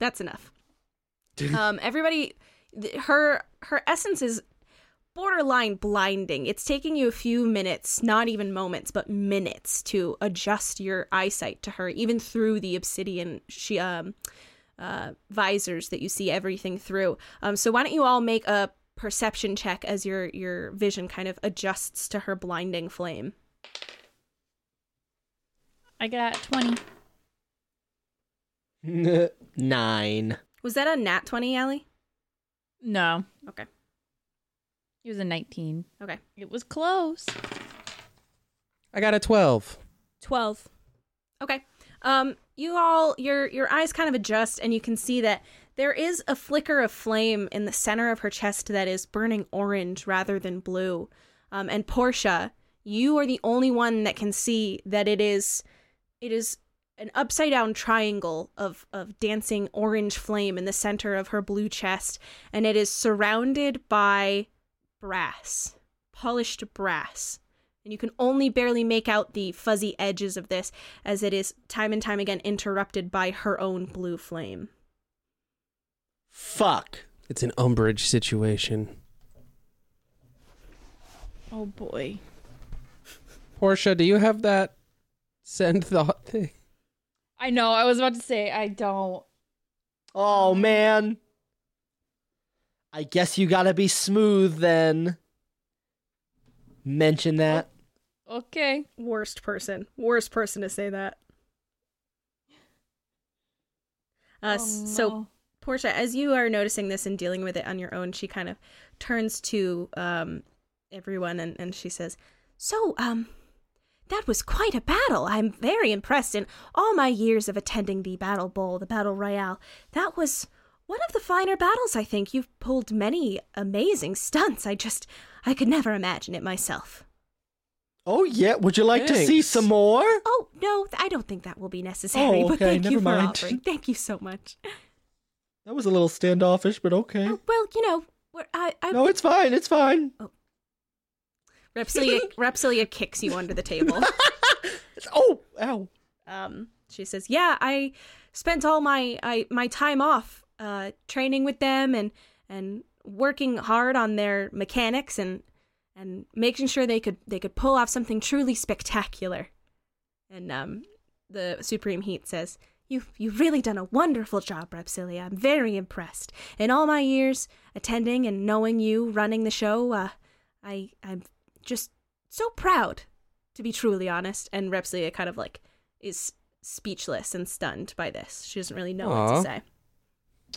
Speaker 4: That's enough. um, everybody, th- her her essence is borderline blinding. It's taking you a few minutes, not even moments, but minutes to adjust your eyesight to her, even through the obsidian she um uh, visors that you see everything through. Um, so why don't you all make a perception check as your your vision kind of adjusts to her blinding flame.
Speaker 8: I got 20.
Speaker 5: Nine.
Speaker 4: Was that a nat twenty, Allie?
Speaker 8: No.
Speaker 4: Okay.
Speaker 8: It was a 19.
Speaker 4: Okay.
Speaker 8: It was close.
Speaker 6: I got a 12.
Speaker 4: 12 okay um you all your your eyes kind of adjust and you can see that there is a flicker of flame in the center of her chest that is burning orange rather than blue um and portia you are the only one that can see that it is it is an upside down triangle of of dancing orange flame in the center of her blue chest and it is surrounded by brass polished brass and you can only barely make out the fuzzy edges of this as it is time and time again interrupted by her own blue flame.
Speaker 5: Fuck.
Speaker 6: It's an umbrage situation.
Speaker 9: Oh boy.
Speaker 6: Portia, do you have that send thought thing?
Speaker 8: I know. I was about to say, I don't.
Speaker 5: Oh, man. I guess you gotta be smooth then. Mention that.
Speaker 8: Okay.
Speaker 4: Worst person. Worst person to say that. Uh,
Speaker 8: Oh,
Speaker 4: So,
Speaker 8: no.
Speaker 4: Portia, as you are noticing this and dealing with it on your own, she kind of turns to um, everyone and, and she says, So, um, that was quite a battle. I'm very impressed in all my years of attending the Battle Bowl, the Battle Royale. That was one of the finer battles, I think. You've pulled many amazing stunts. I just, I could never imagine it myself.
Speaker 5: Oh, yeah. Would you like to see
Speaker 6: Thanks.
Speaker 5: some more?
Speaker 4: Oh no, th- I don't think that will be necessary.
Speaker 5: Oh,
Speaker 4: but
Speaker 5: okay,
Speaker 4: thank you
Speaker 5: never
Speaker 4: for
Speaker 5: mind.
Speaker 4: offering. Thank you so much.
Speaker 5: That was a little standoffish, but okay.
Speaker 4: Oh, well, you know, we're, I, I
Speaker 5: No, it's fine. It's fine.
Speaker 4: Repsilia, Repsilia kicks you under the table.
Speaker 5: It's, oh, ow.
Speaker 4: Um, she says, "Yeah, I spent all my I, my time off uh, training with them and and working hard on their mechanics and and making sure they could they could pull off something truly spectacular." And um, the Supreme Heat says, "You've you've really done a wonderful job, Repsilia. I'm very impressed. In all my years attending and knowing you running the show, uh, I I'm just so proud." To be truly honest, and Repsilia kind of like is speechless and stunned by this. She doesn't really know what
Speaker 6: Aw.
Speaker 4: to say.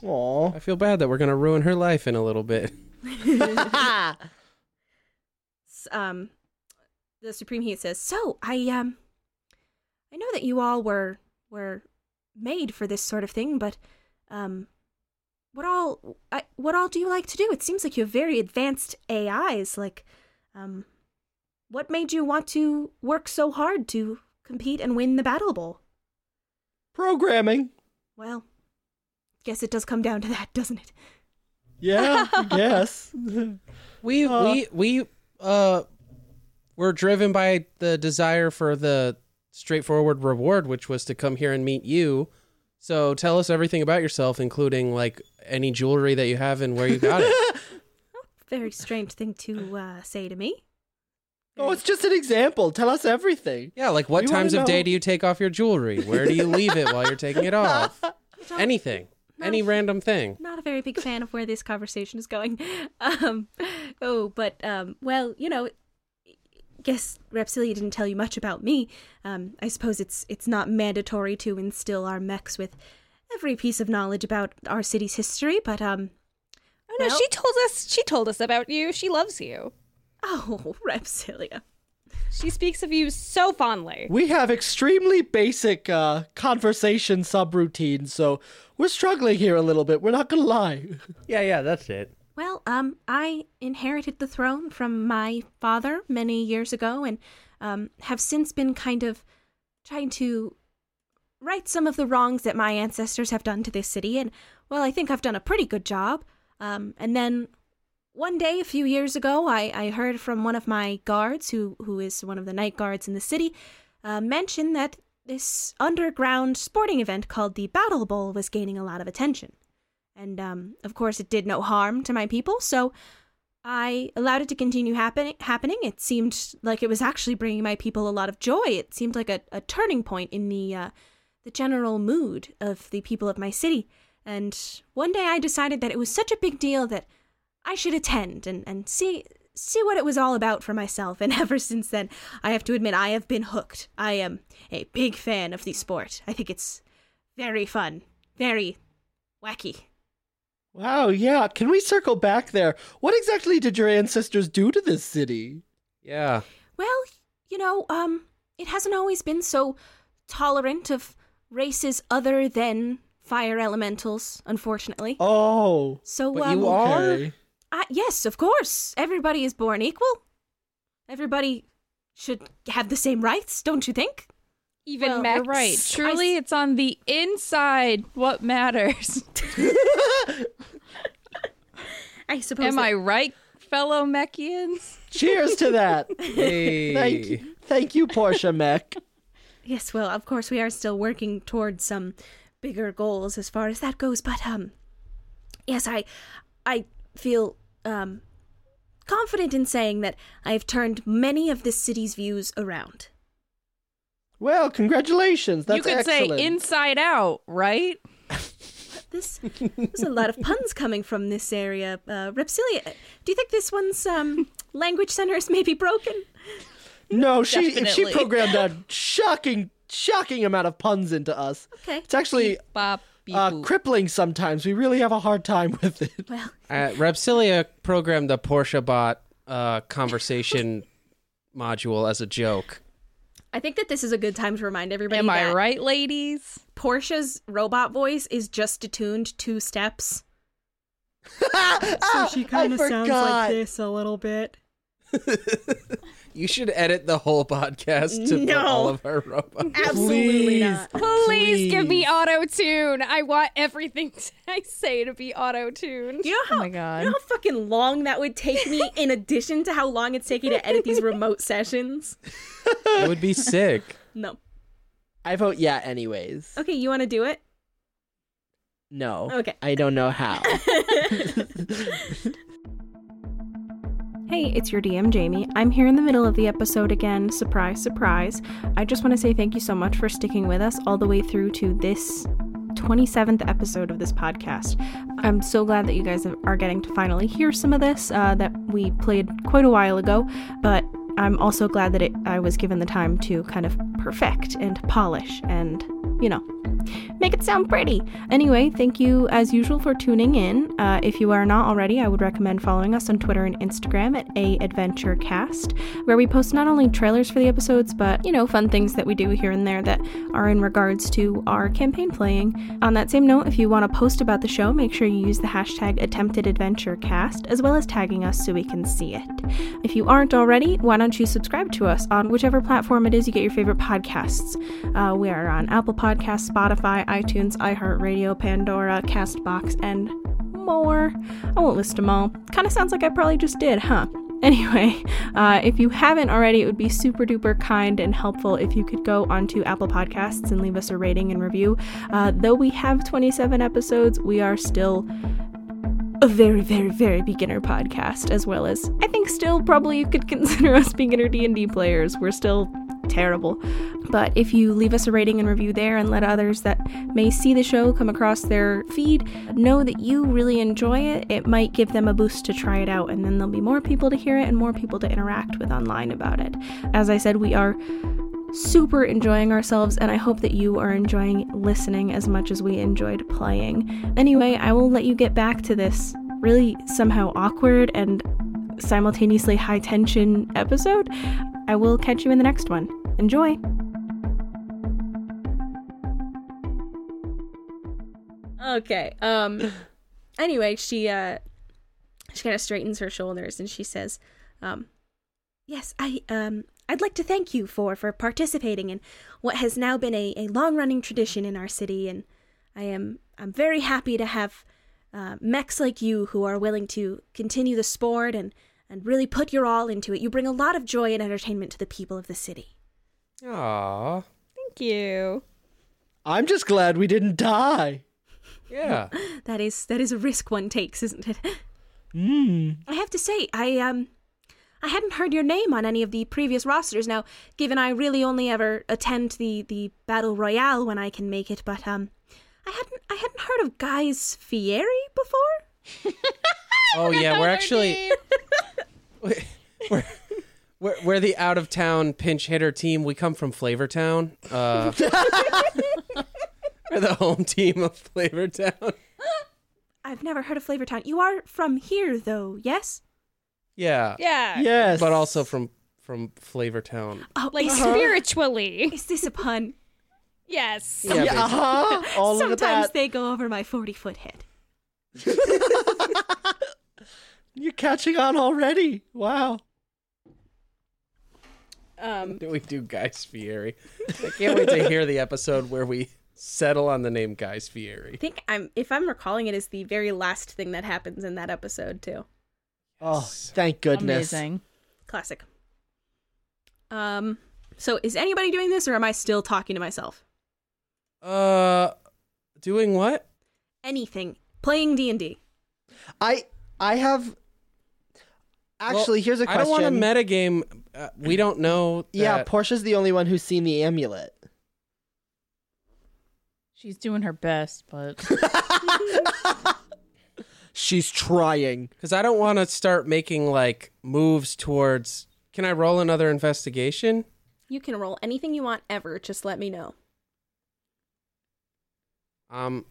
Speaker 5: Aw.
Speaker 6: I feel bad that we're going to ruin her life in a little bit.
Speaker 4: asks, um, the Supreme Heat says, "So I um, I know that you all were were made for this sort of thing, but um, what all I, what all do you like to do? It seems like you have very advanced AIs. Like, um, what made you want to work so hard to compete and win the Battle Bowl?
Speaker 5: Programming.
Speaker 4: Well, guess it does come down to that, doesn't it?
Speaker 5: Yeah, yes.
Speaker 6: We we we uh were driven by the desire for the straightforward reward, which was to come here and meet you. So tell us everything about yourself, including like any jewelry that you have and where you got it.
Speaker 4: Oh, Very strange thing to uh, say to me.
Speaker 5: Oh, it's just an example. Tell us everything.
Speaker 6: yeah, like what
Speaker 5: We wanna
Speaker 6: times of
Speaker 5: know.
Speaker 6: day do you take off your jewelry? Where do you leave it while you're taking it off?
Speaker 4: don't-
Speaker 6: Anything. Any random thing.
Speaker 4: Not a very big fan of where this conversation is going. Um, oh, but um, well, you know, guess Repsilia didn't tell you much about me. Um, I suppose it's it's not mandatory to instill our mechs with every piece of knowledge about our city's history, but um,
Speaker 7: Oh no,
Speaker 4: Well-
Speaker 7: she told us she told us about you. She loves you.
Speaker 4: oh, Repsilia.
Speaker 7: She speaks of you so fondly.
Speaker 5: We have extremely basic uh, conversation subroutines, so we're struggling here a little bit. We're not gonna lie.
Speaker 10: Yeah, yeah, that's it.
Speaker 4: Well, um, I inherited the throne from my father many years ago, and um, have since been kind of trying to right some of the wrongs that my ancestors have done to this city. And well, I think I've done a pretty good job. Um, and then one day, a few years ago, I, I heard from one of my guards, who who is one of the night guards in the city, uh, mention that this underground sporting event called the Battle Bowl was gaining a lot of attention. And um, of course, it did no harm to my people, so I allowed it to continue happen- happening. It seemed like it was actually bringing my people a lot of joy. It seemed like a, a turning point in the uh, the general mood of the people of my city. And one day, I decided that it was such a big deal that I should attend and, and see see what it was all about for myself. And ever since then, I have to admit, I have been hooked. I am a big fan of the sport. I think it's very fun, very wacky.
Speaker 5: Wow, yeah. Can we circle back there? What exactly did your ancestors do to this city?
Speaker 6: Yeah.
Speaker 4: Well, you know, um, it hasn't always been so tolerant of races other than fire elementals, unfortunately.
Speaker 5: Oh.
Speaker 4: so,
Speaker 6: but
Speaker 4: um,
Speaker 6: you are-
Speaker 4: I, yes, of course. Everybody is born equal. Everybody should have the same rights, don't you think?
Speaker 7: Even
Speaker 4: Well,
Speaker 7: Max.
Speaker 4: you're
Speaker 8: You're right. Truly, it's on the inside what matters.
Speaker 4: I suppose.
Speaker 8: Am I right, fellow Mechians?
Speaker 5: Cheers to that.
Speaker 6: Hey.
Speaker 5: Thank you. Thank you, Portia Mech.
Speaker 4: Yes, well, of course, we are still working towards some bigger goals as far as that goes, but, um, yes, I, I feel, um, confident in saying that I have turned many of this city's views around.
Speaker 5: Well, congratulations. That's
Speaker 8: you could
Speaker 5: excellent.
Speaker 8: say inside out, right?
Speaker 4: This, there's a lot of puns coming from this area. Uh, Repsilia, do you think this one's, um, language center is maybe broken?
Speaker 5: No, she if she
Speaker 9: Definitely.
Speaker 5: programmed a shocking, shocking amount of puns into us.
Speaker 4: Okay.
Speaker 5: It's actually
Speaker 8: Bop, beep,
Speaker 5: uh,
Speaker 8: boop.
Speaker 5: crippling sometimes. We really have a hard time with it.
Speaker 4: Well,
Speaker 6: Uh, Repsilia programmed the Porsche bot uh, conversation module as a joke.
Speaker 4: I think that this is a good time to remind everybody
Speaker 8: Am I
Speaker 4: that
Speaker 8: right, ladies?
Speaker 4: Portia's robot voice is just attuned two steps.
Speaker 8: Ah,
Speaker 1: Oh,
Speaker 5: so she kind of sounds like this.
Speaker 6: You should edit the whole podcast to put all of our robots.
Speaker 5: Absolutely not.
Speaker 7: Please, give me auto tune. I want everything I say to be auto tuned.
Speaker 4: You know how
Speaker 8: Oh my God.
Speaker 4: You know how fucking long that would take me in addition to how long it's taking to edit these remote sessions?
Speaker 6: It would be sick.
Speaker 4: No.
Speaker 5: I vote yeah. Anyways,
Speaker 4: Okay, you want to do it?
Speaker 5: no.
Speaker 4: Okay.
Speaker 5: I don't know how.
Speaker 1: Hey, it's your DM, Jamie. I'm here in the middle of the episode again. Surprise, surprise. I just want to say thank you so much for sticking with us all the way through to this 27th episode of this podcast. I'm so glad that you guys are getting to finally hear some of this uh, that we played quite a while ago, but I'm also glad that it, I was given the time to kind of perfect and polish and, you know, Make it sound pretty. Anyway, thank you as usual for tuning in. Uh, if you are not already, I would recommend following us on Twitter and Instagram at AAdventureCast, where we post not only trailers for the episodes, but, you know, fun things that we do here and there that are in regards to our campaign playing. On that same note, if you want to post about the show, make sure you use the hashtag AttemptedAdventureCast, as well as tagging us so we can see it. If you aren't already, why don't you subscribe to us on whichever platform it is you get your favorite podcasts? Uh, we are on Apple Podcasts, Spotify, iTunes, iHeartRadio, Pandora, Castbox, and more. I won't list them all. Kind of sounds like I probably just did, huh? Anyway, uh, if you haven't already, it would be super duper kind and helpful if you could go onto Apple Podcasts and leave us a rating and review. Uh, though we have 27 episodes, we are still a very very very beginner podcast as well as i think still probably you could consider us beginner d&d players we're still terrible but if you leave us a rating and review there and let others that may see the show come across their feed know that you really enjoy it it might give them a boost to try it out and then there'll be more people to hear it and more people to interact with online about it as i said we are super enjoying ourselves, and I hope that you are enjoying listening as much as we enjoyed playing. Anyway, I will let you get back to this really somehow awkward and simultaneously high tension episode. I will catch you in the next one. Enjoy!
Speaker 4: Okay. Um anyway, she uh she kind of straightens her shoulders and she says, um Yes, I um I'd like to thank you for for participating in what has now been a, a long running tradition in our city and I am I'm very happy to have uh, mechs like you who are willing to continue the sport and and really put your all into it. You bring a lot of joy and entertainment to the people of the city.
Speaker 6: Aww.
Speaker 7: Thank you.
Speaker 5: I'm just glad we didn't die.
Speaker 6: Yeah.
Speaker 4: That is that is a risk one takes, isn't it?
Speaker 5: Mm.
Speaker 4: I have to say, I um I hadn't heard your name on any of the previous rosters. Now, given I really only ever attend the the battle royale when I can make it, but um, I hadn't I hadn't heard of Guy's Fieri before.
Speaker 6: Oh yeah, we're actually we're, we're we're the out of town pinch hitter team. We come from Flavortown. Uh, we're the home team of Flavortown.
Speaker 4: I've never heard of Flavortown. You are from here, though, yes?
Speaker 6: Yeah,
Speaker 7: Yeah.
Speaker 5: Yes.
Speaker 6: but also from from Flavortown.
Speaker 4: Oh,
Speaker 7: Like
Speaker 4: is,
Speaker 7: spiritually.
Speaker 4: is this a pun?
Speaker 7: Yes.
Speaker 6: Yeah,
Speaker 5: Yeah,
Speaker 6: basically.
Speaker 5: uh-huh. All of
Speaker 4: Sometimes
Speaker 5: that.
Speaker 4: they go over my forty foot head.
Speaker 5: You're catching on already. Wow.
Speaker 4: Um,
Speaker 6: we do Guy's Fieri. I can't wait to hear the episode where we settle on the name Guy's Fieri.
Speaker 4: I think I'm if I'm recalling it is the very last thing that happens in that episode too.
Speaker 5: Oh,
Speaker 6: Yes.
Speaker 5: thank goodness.
Speaker 9: Amazing.
Speaker 4: Classic. Um, so is anybody doing this, or am I still talking to myself?
Speaker 6: Uh, doing what?
Speaker 4: anything playing d&d
Speaker 5: I I have actually
Speaker 6: Well,
Speaker 5: here's a
Speaker 6: I
Speaker 5: question.
Speaker 6: don't want to metagame. Uh, we don't know.
Speaker 5: yeah,
Speaker 6: that-
Speaker 5: Portia's the only one who's seen the amulet.
Speaker 9: She's doing her best, but
Speaker 5: She's trying.
Speaker 6: Because I don't want to start making like moves towards. Can I roll another investigation?
Speaker 4: you can roll anything you want ever just let me know
Speaker 6: Um.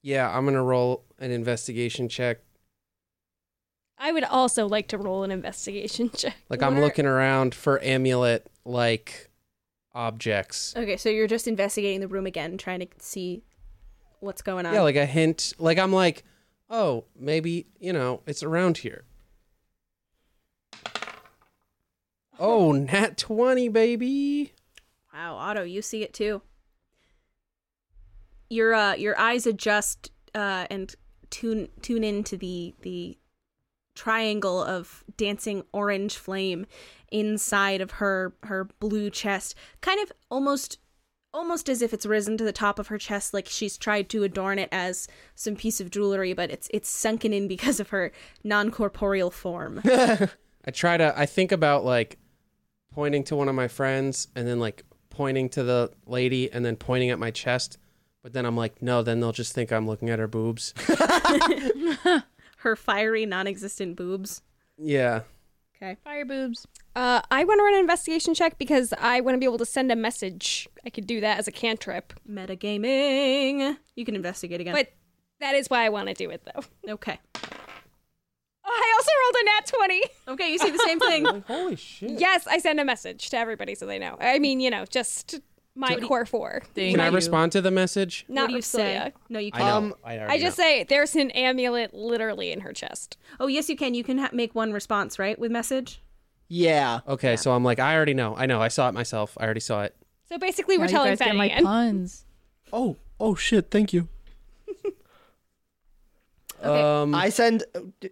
Speaker 6: Yeah, I'm gonna roll an investigation check.
Speaker 7: I would also like to roll an investigation check.
Speaker 6: Like I'm
Speaker 7: Where-
Speaker 6: looking around for amulet like objects.
Speaker 4: okay so you're just investigating the room again trying to see what's going on
Speaker 6: Yeah, like a hint. Like I'm like, oh, maybe you know it's around here. Oh, nat twenty, baby.
Speaker 4: wow otto you see it too your uh your eyes adjust uh and tune tune into the the triangle of dancing orange flame inside of her her blue chest kind of almost almost as if it's risen to the top of her chest like she's tried to adorn it as some piece of jewelry but it's it's sunken in because of her non-corporeal form
Speaker 6: I try to. I think about like pointing to one of my friends and then like pointing to the lady and then pointing at my chest. But then I'm like, no. Then they'll just think I'm looking at her boobs.
Speaker 4: her fiery non-existent boobs
Speaker 6: yeah.
Speaker 4: Okay.
Speaker 8: Fire boobs.
Speaker 7: Uh, I want to run an investigation check because I want to be able to send a message. I could do that as a cantrip,
Speaker 4: Metagaming. You can investigate again.
Speaker 7: but that is why I want to do it though.
Speaker 4: okay.
Speaker 7: I also rolled a nat twenty.
Speaker 4: Okay, you see the same thing.
Speaker 6: Holy shit.
Speaker 7: Yes, I send a message to everybody so they know. I mean, you know, just my core four.
Speaker 9: Thank
Speaker 6: Can I
Speaker 9: you.
Speaker 6: respond to the message?
Speaker 7: Not
Speaker 4: what do you
Speaker 7: Ripsilia.
Speaker 4: say? No, you
Speaker 6: I
Speaker 4: can't.
Speaker 6: know.
Speaker 5: Um,
Speaker 6: I,
Speaker 7: I
Speaker 6: already
Speaker 7: just
Speaker 6: know.
Speaker 7: say there's an amulet literally in her chest.
Speaker 4: Oh, yes, you can. You can ha- make one response, right, with message?
Speaker 5: Yeah.
Speaker 6: Okay, so I'm like, I already know. I know. I saw it myself. I already saw it.
Speaker 7: So basically,
Speaker 9: Now
Speaker 7: we're
Speaker 9: you
Speaker 7: telling
Speaker 9: guys get my
Speaker 7: Fenian.
Speaker 9: puns.
Speaker 5: Oh, oh shit, thank you.
Speaker 6: Um,
Speaker 5: I send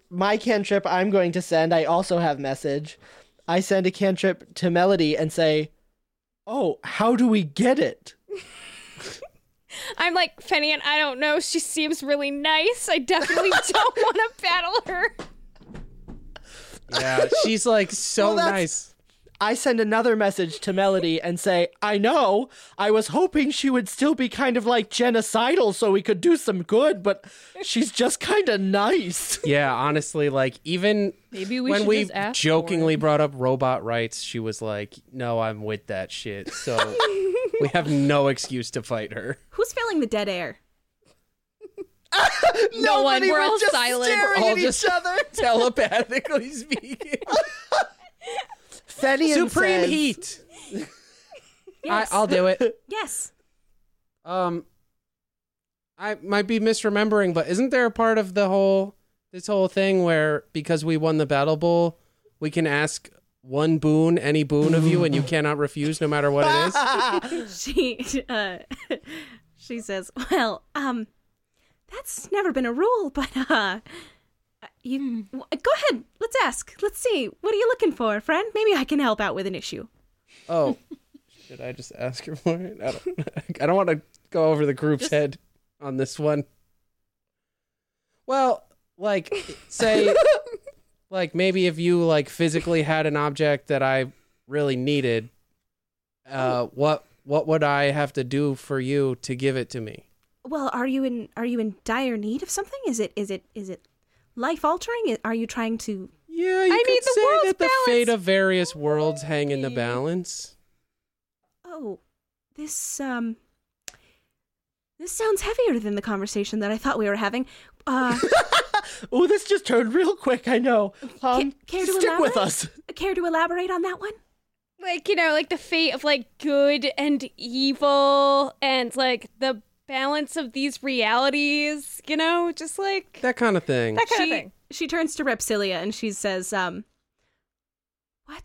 Speaker 5: my cantrip I'm going to send. I also have message. I send a cantrip to Melody and say, "Oh, how do we get it?"
Speaker 7: I'm like Fenian. I don't know. She seems really nice. I definitely don't want to battle her.
Speaker 6: yeah, she's like so
Speaker 5: Well, that's-
Speaker 6: nice.
Speaker 5: I send another message to Melody and say, "I know. I was hoping she would still be kind of like genocidal so we could do some good, but she's just kind of nice."
Speaker 6: Yeah, honestly, like even
Speaker 9: Maybe we
Speaker 6: when
Speaker 9: should
Speaker 6: we
Speaker 9: just ask for
Speaker 6: jokingly
Speaker 9: it.
Speaker 6: brought up robot rights, she was like, "No, I'm with that shit." So we have no excuse to fight her.
Speaker 4: Who's filling the dead air?
Speaker 5: no
Speaker 8: one, we're all silent.
Speaker 5: staring
Speaker 6: All
Speaker 5: at
Speaker 6: just-
Speaker 5: each other.
Speaker 6: Telepathically speaking,
Speaker 5: Fenian
Speaker 6: supreme
Speaker 5: says-
Speaker 6: heat.
Speaker 4: Yes.
Speaker 6: I, I'll do it.
Speaker 4: Yes.
Speaker 6: Um, I might be misremembering, but isn't there a part of the whole this whole thing where because we won the battle bowl, we can ask one boon, any boon of you, and you cannot refuse, no matter what it is.
Speaker 4: She uh, she says, "Well, um that's never been a rule, but uh you w- go ahead. Let's ask. Let's see. What are you looking for, friend? Maybe I can help out with an issue."
Speaker 6: Oh, should I just ask her for it? I don't. I don't want to go over the group's head on this one. Well, like, say, like maybe if you like physically had an object that I really needed, uh, what what would I have to do for you to give it to me?
Speaker 4: Well, are you in are you in dire need of something? Is it is it is it life altering? Are you trying to
Speaker 6: Yeah, you
Speaker 7: I
Speaker 6: could
Speaker 7: mean, the
Speaker 6: say
Speaker 7: world's
Speaker 6: that the fate
Speaker 7: balance-
Speaker 6: of various worlds hang in the balance.
Speaker 4: Oh, this um this sounds heavier than the conversation that I thought we were having. Uh
Speaker 5: Oh, this just turned real quick. I know. Um,
Speaker 4: care to
Speaker 5: stick
Speaker 4: elaborate?
Speaker 5: with us.
Speaker 4: care to elaborate on that one?
Speaker 7: like you know like the fate of like good and evil and like the balance of these realities you know just like
Speaker 6: That kind of thing.
Speaker 7: that kind
Speaker 4: she,
Speaker 7: of thing
Speaker 4: She turns to Repsilia and she says, um, "What?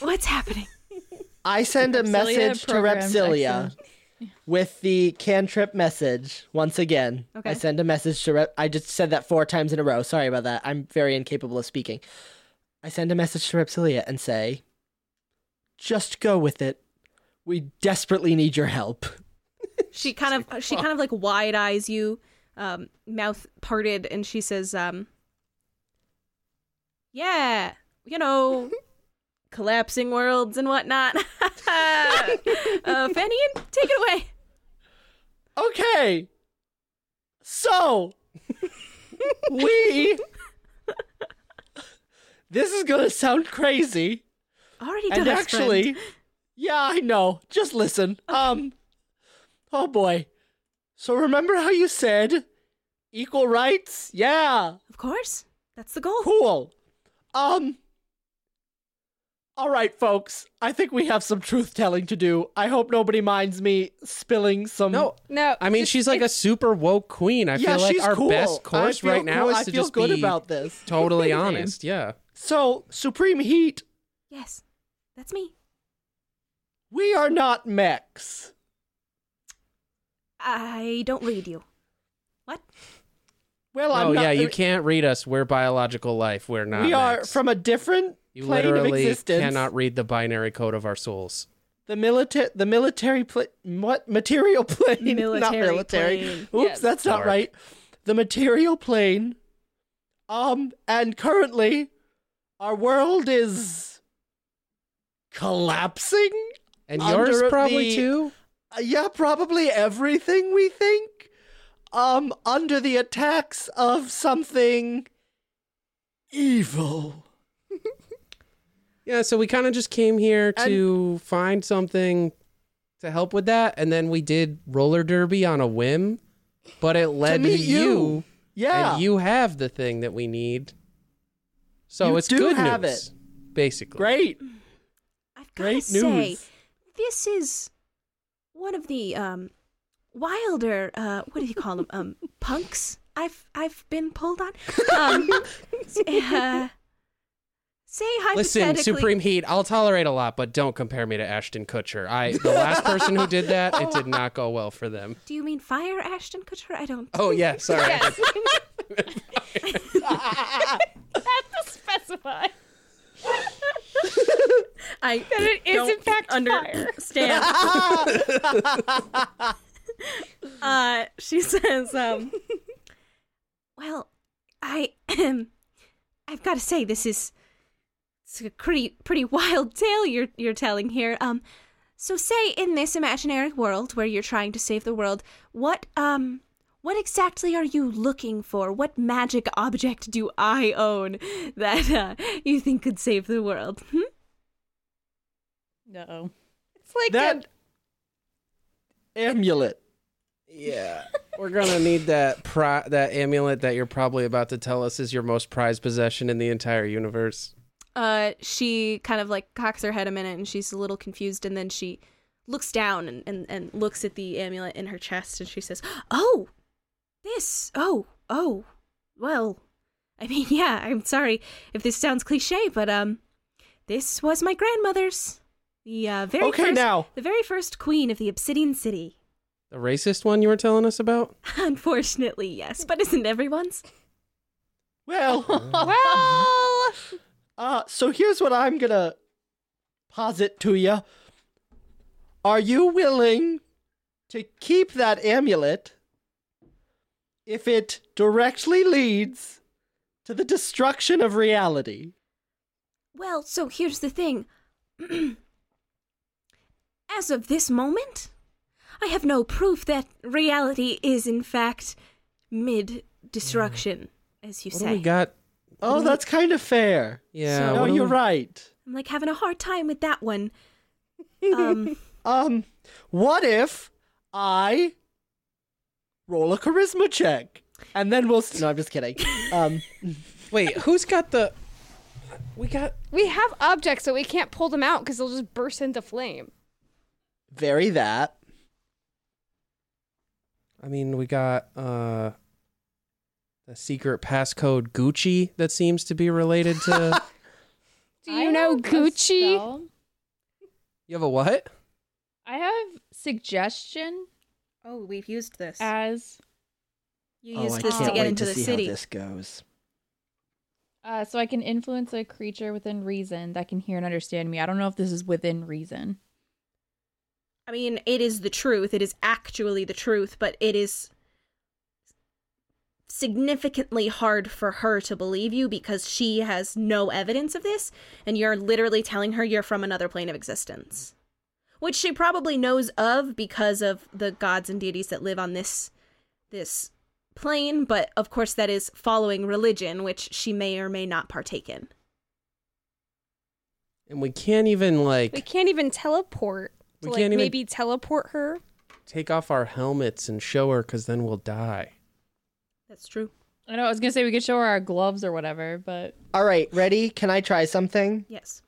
Speaker 4: What's happening?
Speaker 5: I send a
Speaker 9: Repsilia
Speaker 5: message to
Speaker 9: programmed
Speaker 5: Repsilia with the cantrip message once again.
Speaker 4: Okay.
Speaker 5: I send a message to Rep. I just said that four times in a row. Sorry about that. I'm very incapable of speaking. I send a message to Repsilia and say, "Just go with it. We desperately need your help."
Speaker 4: She kind of she kind of like wide eyes you, um, mouth parted, and she says, um, "Yeah, you know, collapsing worlds and whatnot." uh, Fenian, take it away.
Speaker 5: Okay. So we. this is gonna sound crazy.
Speaker 4: Already
Speaker 5: and
Speaker 4: does,
Speaker 5: actually,
Speaker 4: friend.
Speaker 5: yeah, I know. Just listen. Um, oh boy. So remember how you said equal rights? Yeah,
Speaker 4: of course, that's the goal.
Speaker 5: cool. Um, all right, folks. I think we have some truth telling to do. I hope nobody minds me spilling some.
Speaker 6: No,
Speaker 7: no
Speaker 6: I mean,
Speaker 7: just-
Speaker 6: she's like a
Speaker 7: it's-
Speaker 6: super woke queen. I
Speaker 5: yeah,
Speaker 6: feel like
Speaker 5: she's
Speaker 6: our
Speaker 5: cool.
Speaker 6: best
Speaker 5: I
Speaker 6: course
Speaker 5: feel
Speaker 6: right now
Speaker 5: cool.
Speaker 6: is
Speaker 5: I
Speaker 6: to
Speaker 5: feel
Speaker 6: just
Speaker 5: good
Speaker 6: be
Speaker 5: about this.
Speaker 6: totally honest. Yeah.
Speaker 5: So, Supreme Heat,
Speaker 4: Yes, that's me.
Speaker 5: we are not mechs.
Speaker 4: I don't read you. What?
Speaker 5: Well,
Speaker 6: oh
Speaker 5: I'm not.
Speaker 6: yeah, you can't read us. We're biological life. We're not.
Speaker 5: we are
Speaker 6: mechs.
Speaker 5: from a different
Speaker 6: You
Speaker 5: plane of
Speaker 6: literally
Speaker 5: existence.
Speaker 6: cannot read the binary code of our souls.
Speaker 5: The military, the military, pla- what material plane? not
Speaker 4: Military
Speaker 5: military.
Speaker 4: plane.
Speaker 5: Oops, that's not
Speaker 6: Dark.
Speaker 5: right. The material plane. Um, and currently, our world is collapsing.
Speaker 6: And
Speaker 5: Under
Speaker 6: yours
Speaker 5: the-
Speaker 6: probably too.
Speaker 5: Uh, yeah, probably everything we think. Um, under the attacks of something evil.
Speaker 6: Yeah, so we kind of just came here to find something to help with that, and then we did roller derby on a whim, but it led to,
Speaker 5: meet you.
Speaker 6: you,
Speaker 5: Yeah.
Speaker 6: and you have the thing that we need. So
Speaker 5: You
Speaker 6: it's
Speaker 5: do
Speaker 6: good
Speaker 5: have
Speaker 6: news,
Speaker 5: it.
Speaker 6: basically.
Speaker 5: Great.
Speaker 4: I've got to
Speaker 5: Great
Speaker 4: say,
Speaker 5: news.
Speaker 4: this is one of the um, wilder. Uh, what do you call them? Um, punks. I've I've been pulled on. Um, uh, say
Speaker 6: Listen,
Speaker 4: hypothetically.
Speaker 6: Supreme Heat, I'll tolerate a lot, but don't compare me to Ashton Kutcher. I the last person who did that, it did not go well for them.
Speaker 4: Do you mean fire, Ashton Kutcher? I don't.
Speaker 6: Oh yeah, sorry.
Speaker 7: Yes. That's to specify
Speaker 4: I
Speaker 7: that it is in
Speaker 4: Don't
Speaker 7: fact fire.
Speaker 4: understand. uh, she says, um, "Well, I I've got to say this is it's a pretty pretty wild tale you're you're telling here. Um, so say in this imaginary world where you're trying to save the world, what um." What exactly are you looking for? What magic object do I own that uh, you think could save the world? Hmm?
Speaker 9: No.
Speaker 7: It's like
Speaker 5: That amulet.
Speaker 6: Yeah. We're gonna need that pri- that amulet that you're probably about to tell us is your most prized possession in the entire universe.
Speaker 4: uh she kind of like cocks her head a minute and she's a little confused and then she looks down and, and, and looks at the amulet in her chest and she says oh this oh oh well i mean yeah i'm sorry if this sounds cliche but um this was my grandmother's the uh, very
Speaker 5: Okay,
Speaker 4: first,
Speaker 5: now.
Speaker 4: the very first queen of the obsidian city
Speaker 6: The racist one you were telling us about?
Speaker 4: unfortunately yes but isn't everyone's
Speaker 5: Well,
Speaker 7: well,
Speaker 5: uh, so here's what I'm gonna posit to you. Are you willing to keep that amulet if it directly leads to the destruction of reality?
Speaker 4: Well, so here's the thing. As of this moment, I have no proof that reality is, in fact, mid destruction, as you
Speaker 6: Mm. What do
Speaker 4: say.
Speaker 6: we got?
Speaker 5: Oh, that's kind of fair.
Speaker 6: Yeah.
Speaker 4: So-
Speaker 6: what
Speaker 5: No,
Speaker 6: do
Speaker 5: you're
Speaker 6: we-
Speaker 5: right.
Speaker 4: I'm like having a hard time with that one. Um,
Speaker 5: Um, what if I roll a charisma check? And then we'll. s no, I'm just kidding. Um,
Speaker 6: Wait, who's got the? We got.
Speaker 7: we have objects, so we can't pull them out because they'll just burst into flame.
Speaker 5: very that.
Speaker 6: I mean, we got uh, the secret passcode Gucci that seems to be related to.
Speaker 7: Do you know Gucci?
Speaker 6: you have a what?
Speaker 8: I have suggestion
Speaker 4: oh, we've used this.
Speaker 6: Uh,
Speaker 8: as
Speaker 4: you
Speaker 5: Oh,
Speaker 6: oh,
Speaker 4: used this to get into the city.
Speaker 5: this goes.
Speaker 8: uh, so I can influence a creature within reason that can hear and understand me. I don't know if this is within reason.
Speaker 4: I mean, it is the truth. It is actually the truth, but it is significantly hard for her to believe you because she has no evidence of this, and you're literally telling her you're from another plane of existence. Which she probably knows of because of the gods and deities that live on this this plane, but of course that is following religion, which she may or may not partake in.
Speaker 6: And we can't even
Speaker 7: We
Speaker 6: like
Speaker 7: can't even teleport. To,
Speaker 6: We
Speaker 7: like
Speaker 6: can't even-
Speaker 7: maybe teleport her.
Speaker 6: take off our helmets and show her because then we'll die.
Speaker 4: That's true.
Speaker 8: I know I was gonna say we could show her our gloves or whatever, but
Speaker 5: All right, ready? Can I try something?
Speaker 4: Yes.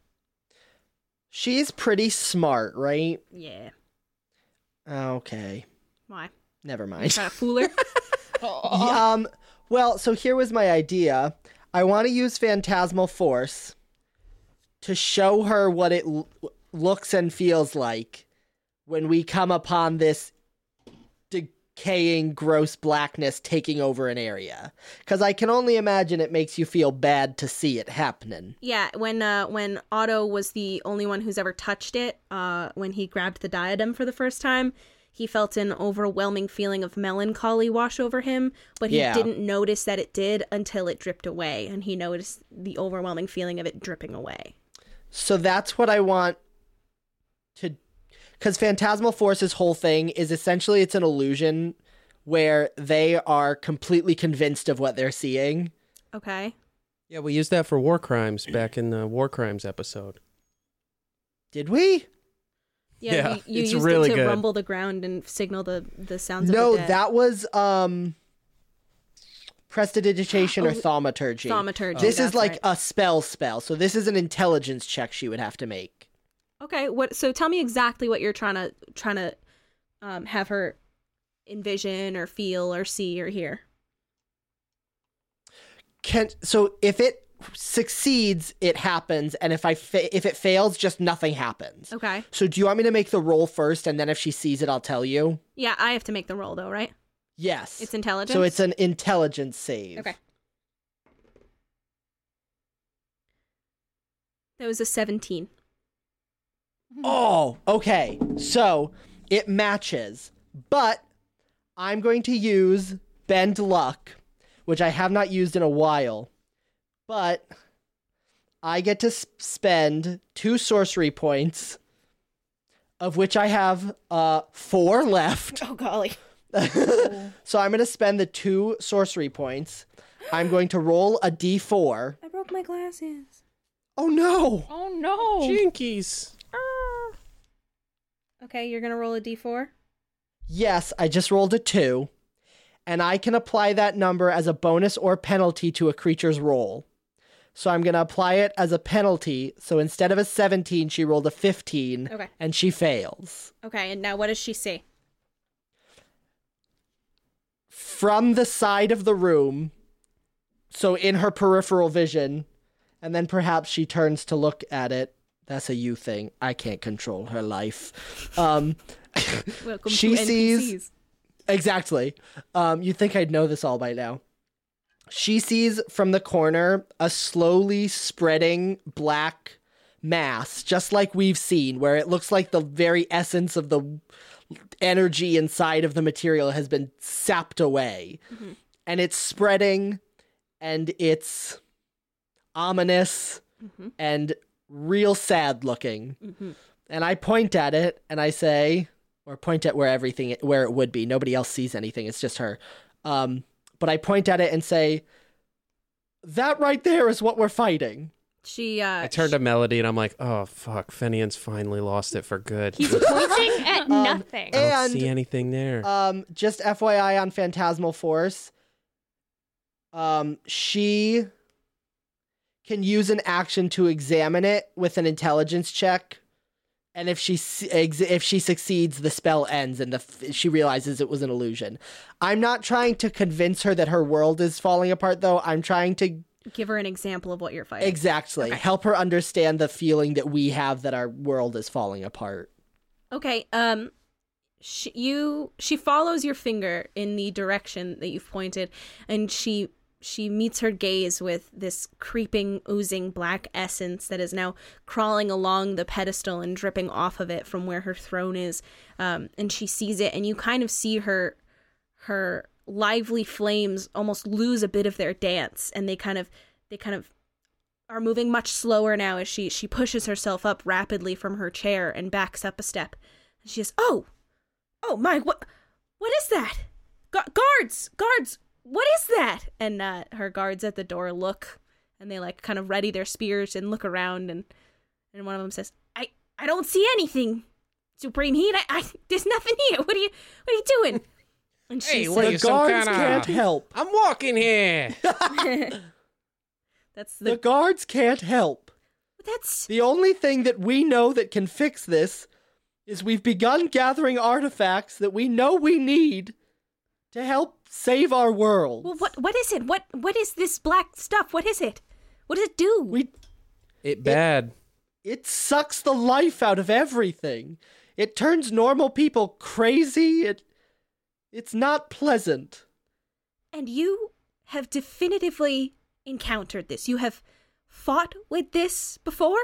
Speaker 5: She's pretty smart, right?
Speaker 4: Yeah.
Speaker 5: Okay,
Speaker 4: Why?
Speaker 5: never mind.
Speaker 4: Trying to fool her?
Speaker 5: Um, well, so here was my idea. I want to use phantasmal force to show her what it l- looks and feels like when we come upon this decaying gross blackness taking over an area cuz I can only imagine it makes you feel bad to see it happening.
Speaker 4: Yeah, when uh when Otto was the only one who's ever touched it, uh when he grabbed the diadem for the first time, he felt an overwhelming feeling of melancholy wash over him, but he
Speaker 5: Yeah.
Speaker 4: didn't notice that it did until it dripped away and he noticed the overwhelming feeling of it dripping away.
Speaker 5: So that's what I want to cuz phantasmal force's whole thing is essentially it's an illusion where they are completely convinced of what they're seeing.
Speaker 4: Okay.
Speaker 6: Yeah, we used that for war crimes back in the war crimes episode.
Speaker 5: Did we?
Speaker 4: Yeah,
Speaker 6: Yeah,
Speaker 4: you, you
Speaker 6: it's
Speaker 4: used
Speaker 6: really
Speaker 4: it to
Speaker 6: good.
Speaker 4: rumble the ground and signal the the sounds of
Speaker 5: no,
Speaker 4: the dead.
Speaker 5: that was um prestidigitation or
Speaker 4: Oh,
Speaker 5: thaumaturgy.
Speaker 4: thaumaturgy,
Speaker 5: This is
Speaker 4: that's
Speaker 5: like
Speaker 4: right.
Speaker 5: a spell spell. So this is an intelligence check she would have to make.
Speaker 4: Okay, what? So tell me exactly what you're trying to trying to um, have her envision or feel or see or hear.
Speaker 5: Can so if it succeeds, it happens, and if I fa- if it fails, just nothing happens.
Speaker 4: Okay.
Speaker 5: So do you want me to make the roll first, and then if she sees it, I'll tell you?
Speaker 4: Yeah, I have to make the roll though, right?
Speaker 5: Yes.
Speaker 4: It's intelligence.
Speaker 5: So it's an intelligence save.
Speaker 4: okay. That was a seventeen.
Speaker 5: Oh, okay. So it matches, but I'm going to use Bend Luck, which I have not used in a while. But I get to s- spend two sorcery points, of which I have uh, four left.
Speaker 3: Oh, golly.
Speaker 5: So I'm going to spend the two sorcery points. I'm going to roll a d4.
Speaker 4: I broke my glasses.
Speaker 5: Oh no!
Speaker 8: Oh no.
Speaker 6: Jinkies.
Speaker 4: Okay, you're gonna roll a d4.
Speaker 5: Yes, I just rolled a two, and I can apply that number as a bonus or penalty to a creature's roll. So I'm going to apply it as a penalty. So instead of a 17, she rolled a 15,
Speaker 4: Okay.
Speaker 5: and she fails.
Speaker 4: Okay, and now what does she see?
Speaker 5: From the side of the room, so in her peripheral vision, and then perhaps she turns to look at it. That's a you thing. I can't control her life. Um,
Speaker 4: Welcome
Speaker 5: She
Speaker 4: to NPCs.
Speaker 5: sees- Exactly. Um, you'd think I'd know this all by now. She sees from the corner a slowly spreading black mass, just like we've seen, where it looks like the very essence of the energy inside of the material has been sapped away. And it's spreading and it's ominous and real sad looking.
Speaker 4: Mm-hmm.
Speaker 5: And I point at it and I say, or point at where everything where it would be. Nobody else sees anything. It's just her. Um, but I point at it and say, "That right there is what we're fighting."
Speaker 4: She uh
Speaker 6: I turned to Melody and I'm like, oh fuck, Fenian's finally lost it for good.
Speaker 7: He's pointing at nothing.
Speaker 6: I don't
Speaker 5: Um, And-
Speaker 6: see anything there.
Speaker 5: Um, just FYI on Phantasmal Force, um, she can use an action to examine it with an intelligence check, and if she s- ex- if she succeeds, the spell ends and the f- she realizes it was an illusion. I'm not trying to convince her that her world is falling apart, though. I'm trying to
Speaker 4: give her an example of what you're fighting.
Speaker 5: Exactly. Help her understand the feeling that we have that our world is falling apart.
Speaker 4: Okay. Um, she, you she follows your finger in the direction that you've pointed, and she she meets her gaze with this creeping, oozing black essence that is now crawling along the pedestal and dripping off of it from where her throne is. Um, and she sees it, and you kind of see her her lively flames almost lose a bit of their dance, and they kind of they kind of are moving much slower now as she she pushes herself up rapidly from her chair and backs up a step. And she says, "Oh, oh my! What what is that? Gu- guards, guards! What is that?" And uh, her guards at the door look, and they like kind of ready their spears and look around, and and one of them says, "I I don't see anything, Supreme Heat. I, I there's nothing here. What are you what are you doing?" And she
Speaker 6: Hey,
Speaker 4: says,
Speaker 6: what are
Speaker 5: The
Speaker 6: you, some
Speaker 5: guards
Speaker 6: kinda-
Speaker 5: can't help.
Speaker 6: I'm walking here.
Speaker 4: "That's
Speaker 5: The
Speaker 4: the
Speaker 5: guards can't help.
Speaker 4: that's
Speaker 5: The only thing that we know that can fix this is we've begun gathering artifacts that we know we need to help save our world.
Speaker 4: well. What what is it? What what is this black stuff? What is it? What does it do?"
Speaker 5: We
Speaker 6: It bad.
Speaker 5: it sucks the life out of everything. It turns normal people crazy. It it's not pleasant.
Speaker 4: And you have definitively encountered this. You have fought with this before?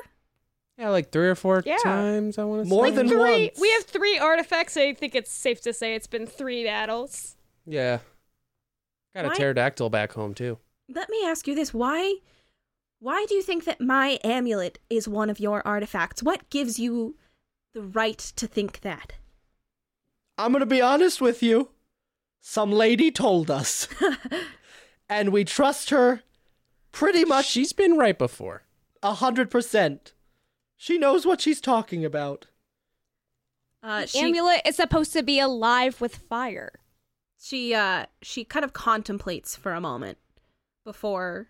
Speaker 6: Yeah, like three or four
Speaker 7: Yeah.
Speaker 6: times. I want to
Speaker 5: More
Speaker 6: say.
Speaker 5: than
Speaker 7: three.
Speaker 5: once.
Speaker 7: We have three artifacts. I think it's safe to say it's been three battles.
Speaker 6: Yeah. Got a
Speaker 4: Why-
Speaker 6: pterodactyl back home too.
Speaker 4: Let me ask you this. Why why do you think that my amulet is one of your artifacts? What gives you the right to think that?
Speaker 5: I'm going to be honest with you. Some lady told us. and we trust her Pretty much
Speaker 6: She's been right before.
Speaker 5: a hundred percent. She knows what she's talking about.
Speaker 4: Uh,
Speaker 7: The
Speaker 4: she
Speaker 7: amulet is supposed to be alive with fire.
Speaker 4: she uh she kind of contemplates for a moment before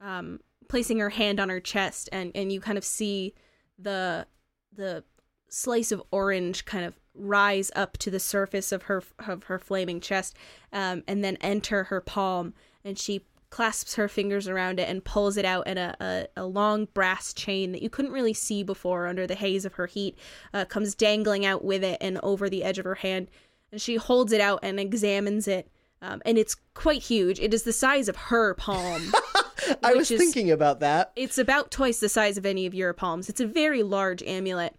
Speaker 4: um placing her hand on her chest and and you kind of see the the slice of orange kind of rise up to the surface of her of her flaming chest um and then enter her palm and she clasps her fingers around it and pulls it out and a, a, a long brass chain that you couldn't really see before under the haze of her heat uh, comes dangling out with it and over the edge of her hand and she holds it out and examines it um, and it's quite huge it is the size of her palm
Speaker 5: I was
Speaker 4: is-
Speaker 5: thinking about that.
Speaker 4: it's about twice the size of any of your palms it's a very large amulet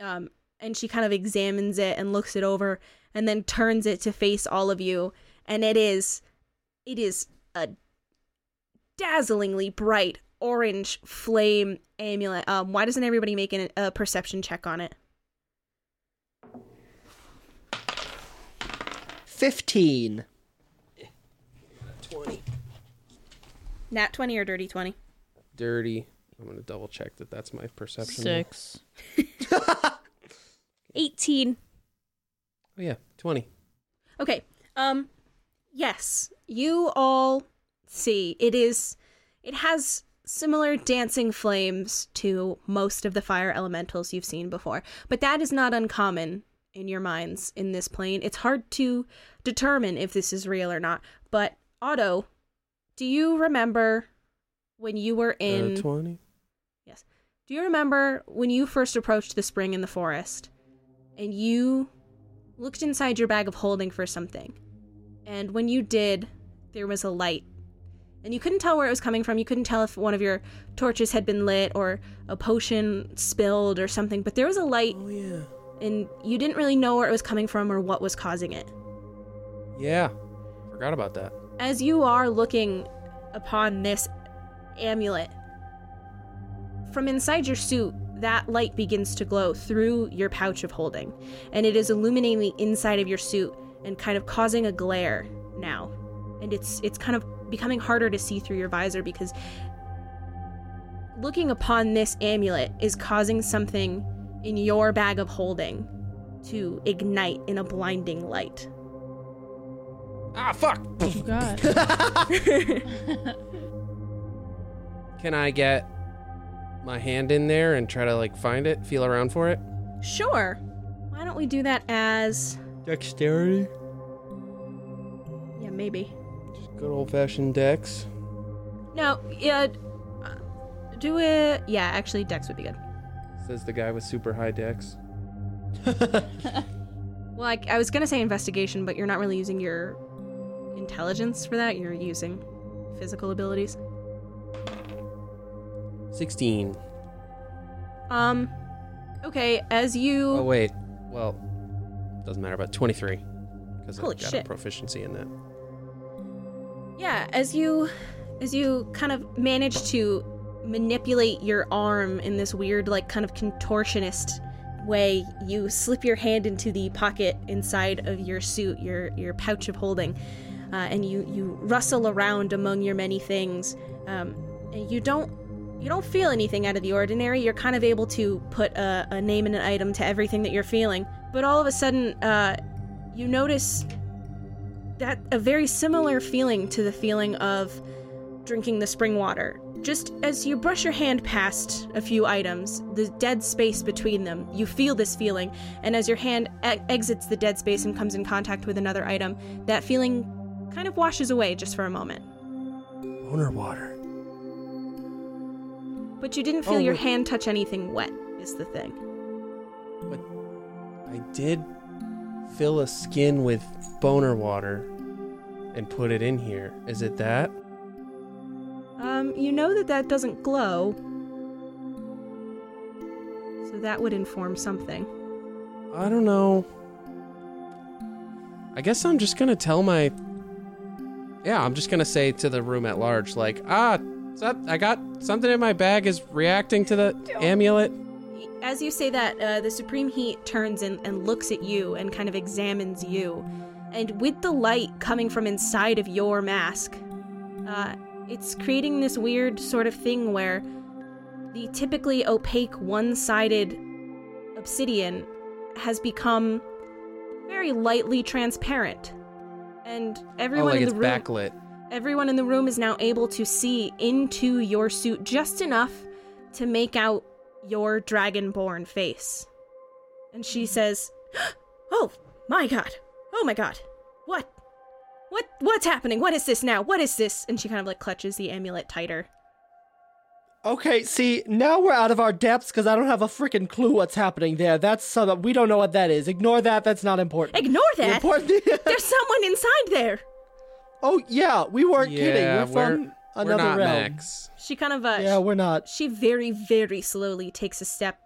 Speaker 4: um, and she kind of examines it and looks it over and then turns it to face all of you and it is it is a dazzlingly bright orange flame amulet um, why doesn't everybody make an, a perception check on it
Speaker 5: Fifteen.
Speaker 4: nat 20 or dirty 20
Speaker 6: Dirty. I'm gonna double check that that's my perception.
Speaker 9: Six.
Speaker 7: 18.
Speaker 6: Oh yeah, twenty.
Speaker 4: Okay. Um yes, you all see it is it has similar dancing flames to most of the fire elementals you've seen before, but that is not uncommon in your minds in this plane. It's hard to determine if this is real or not, but Otto, do you remember when you were in
Speaker 6: Uh, twenty.
Speaker 4: Yes. Do you remember when you first approached the spring in the forest and you looked inside your bag of holding for something? And when you did, there was a light. And you couldn't tell where it was coming from. You couldn't tell if one of your torches had been lit or a potion spilled or something, but there was a light
Speaker 6: Oh yeah.
Speaker 4: and you didn't really know where it was coming from or what was causing it.
Speaker 6: Yeah. Forgot about that.
Speaker 4: As you are looking upon this amulet, from inside your suit, that light begins to glow through your pouch of holding, and it is illuminating the inside of your suit and kind of causing a glare now. And it's it's kind of becoming harder to see through your visor because looking upon this amulet is causing something in your bag of holding to ignite in a blinding light.
Speaker 6: Ah fuck.
Speaker 9: Oh, God.
Speaker 6: Can I get my hand in there and try to like find it, feel around for it?
Speaker 4: Sure. Why don't we do that as
Speaker 5: Dexterity.
Speaker 4: Yeah, maybe.
Speaker 6: Just good old fashioned dex.
Speaker 4: No, yeah. uh, Do it. Yeah, actually, Dex would be good.
Speaker 6: Says the guy with super high dex.
Speaker 4: Well, I, I was gonna say investigation, but you're not really using your intelligence for that. You're using physical abilities.
Speaker 6: Sixteen.
Speaker 4: Um. Okay, as you.
Speaker 6: Oh wait. Well, doesn't matter. About twenty-three, because I
Speaker 4: Holy
Speaker 6: got a
Speaker 4: shit.
Speaker 6: proficiency in that.
Speaker 4: yeah as you as you kind of manage to manipulate your arm in this weird like kind of contortionist way you slip your hand into the pocket inside of your suit your your pouch of holding uh, and you you rustle around among your many things um, and you don't you don't feel anything out of the ordinary you're kind of able to put a, a name and an item to everything that you're feeling but all of a sudden uh, you notice that a very similar feeling to the feeling of drinking the spring water. Just as you brush your hand past a few items, the dead space between them, you feel this feeling, and as your hand e- exits the dead space and comes in contact with another item, that feeling kind of washes away just for a moment.
Speaker 6: Boner water.
Speaker 4: But you didn't feel
Speaker 6: Oh,
Speaker 4: your
Speaker 6: wait.
Speaker 4: hand touch anything wet, is the thing.
Speaker 6: But I did fill a skin with boner water and put it in here. Is it that?
Speaker 4: Um, you know that that doesn't glow. So that would inform something.
Speaker 6: I don't know. I guess I'm just gonna tell my. Yeah, I'm just gonna say to the room at large, like, ah, so- I got something in my bag is reacting to the amulet. Oh,
Speaker 4: As you say that, uh, the Supreme Heat turns and, and looks at you and kind of examines you. And with the light coming from inside of your mask, uh, It's creating this weird sort of thing where the typically opaque, one sided obsidian has become very lightly transparent. And everyone
Speaker 6: oh, like
Speaker 4: in
Speaker 6: it's
Speaker 4: the room
Speaker 6: backlit.
Speaker 4: Everyone in the room is now able to see into your suit just enough to make out your dragonborn face. And she says, "Oh my god. Oh my god. What? What what's happening? What is this now? What is this?" And she kind of like clutches the amulet tighter.
Speaker 5: Okay, see, now we're out of our depths because I don't have a freaking clue what's happening there. That's so that we don't know what that is. Ignore that. That's not important.
Speaker 4: Ignore that.
Speaker 5: Important.
Speaker 4: There's someone inside there.
Speaker 5: oh yeah, we weren't
Speaker 6: Yeah,
Speaker 5: kidding. We're,
Speaker 6: we're,
Speaker 5: from
Speaker 6: we're
Speaker 5: another
Speaker 6: not
Speaker 5: realm.
Speaker 6: Max.
Speaker 4: She kind of uh,
Speaker 5: Yeah, we're not.
Speaker 4: She very, very slowly takes a step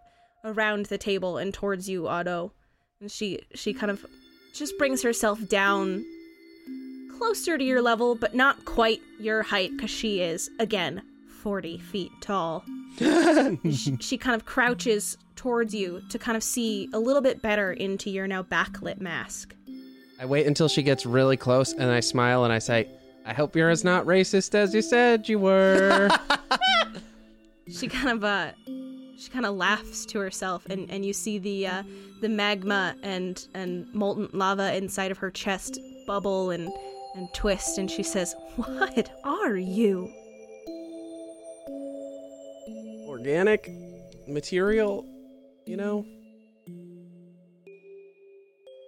Speaker 4: around the table and towards you, Otto. And she she kind of just brings herself down closer to your level, but not quite your height, because she is, again, 40 feet tall. she, she kind of crouches towards you to kind of see a little bit better into your now backlit mask.
Speaker 6: I wait until she gets really close and I smile and I say, I hope you're as not racist as you said you were.
Speaker 4: she kind of uh she kind of laughs to herself and and you see the uh the magma and and molten lava inside of her chest bubble and and twist and she says what are you
Speaker 6: Organic material, you know?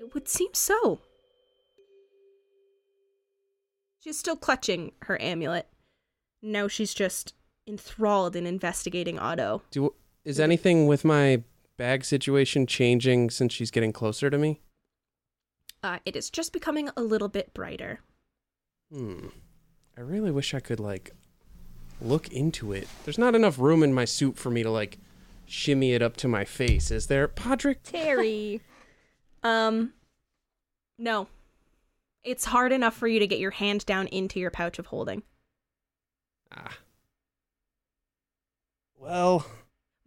Speaker 4: it would seem so she's still clutching her amulet now she's just enthralled in investigating otto
Speaker 6: Do is anything with my bag situation changing since she's getting closer to me?
Speaker 4: uh, it is just becoming a little bit brighter
Speaker 6: Hmm. I really wish I could like look into it. There's not enough room in my suit for me to like shimmy it up to my face, is there? Podrick
Speaker 7: Terry.
Speaker 4: Um, no. It's hard enough for you to get your hand down into your pouch of holding.
Speaker 6: Ah. Well,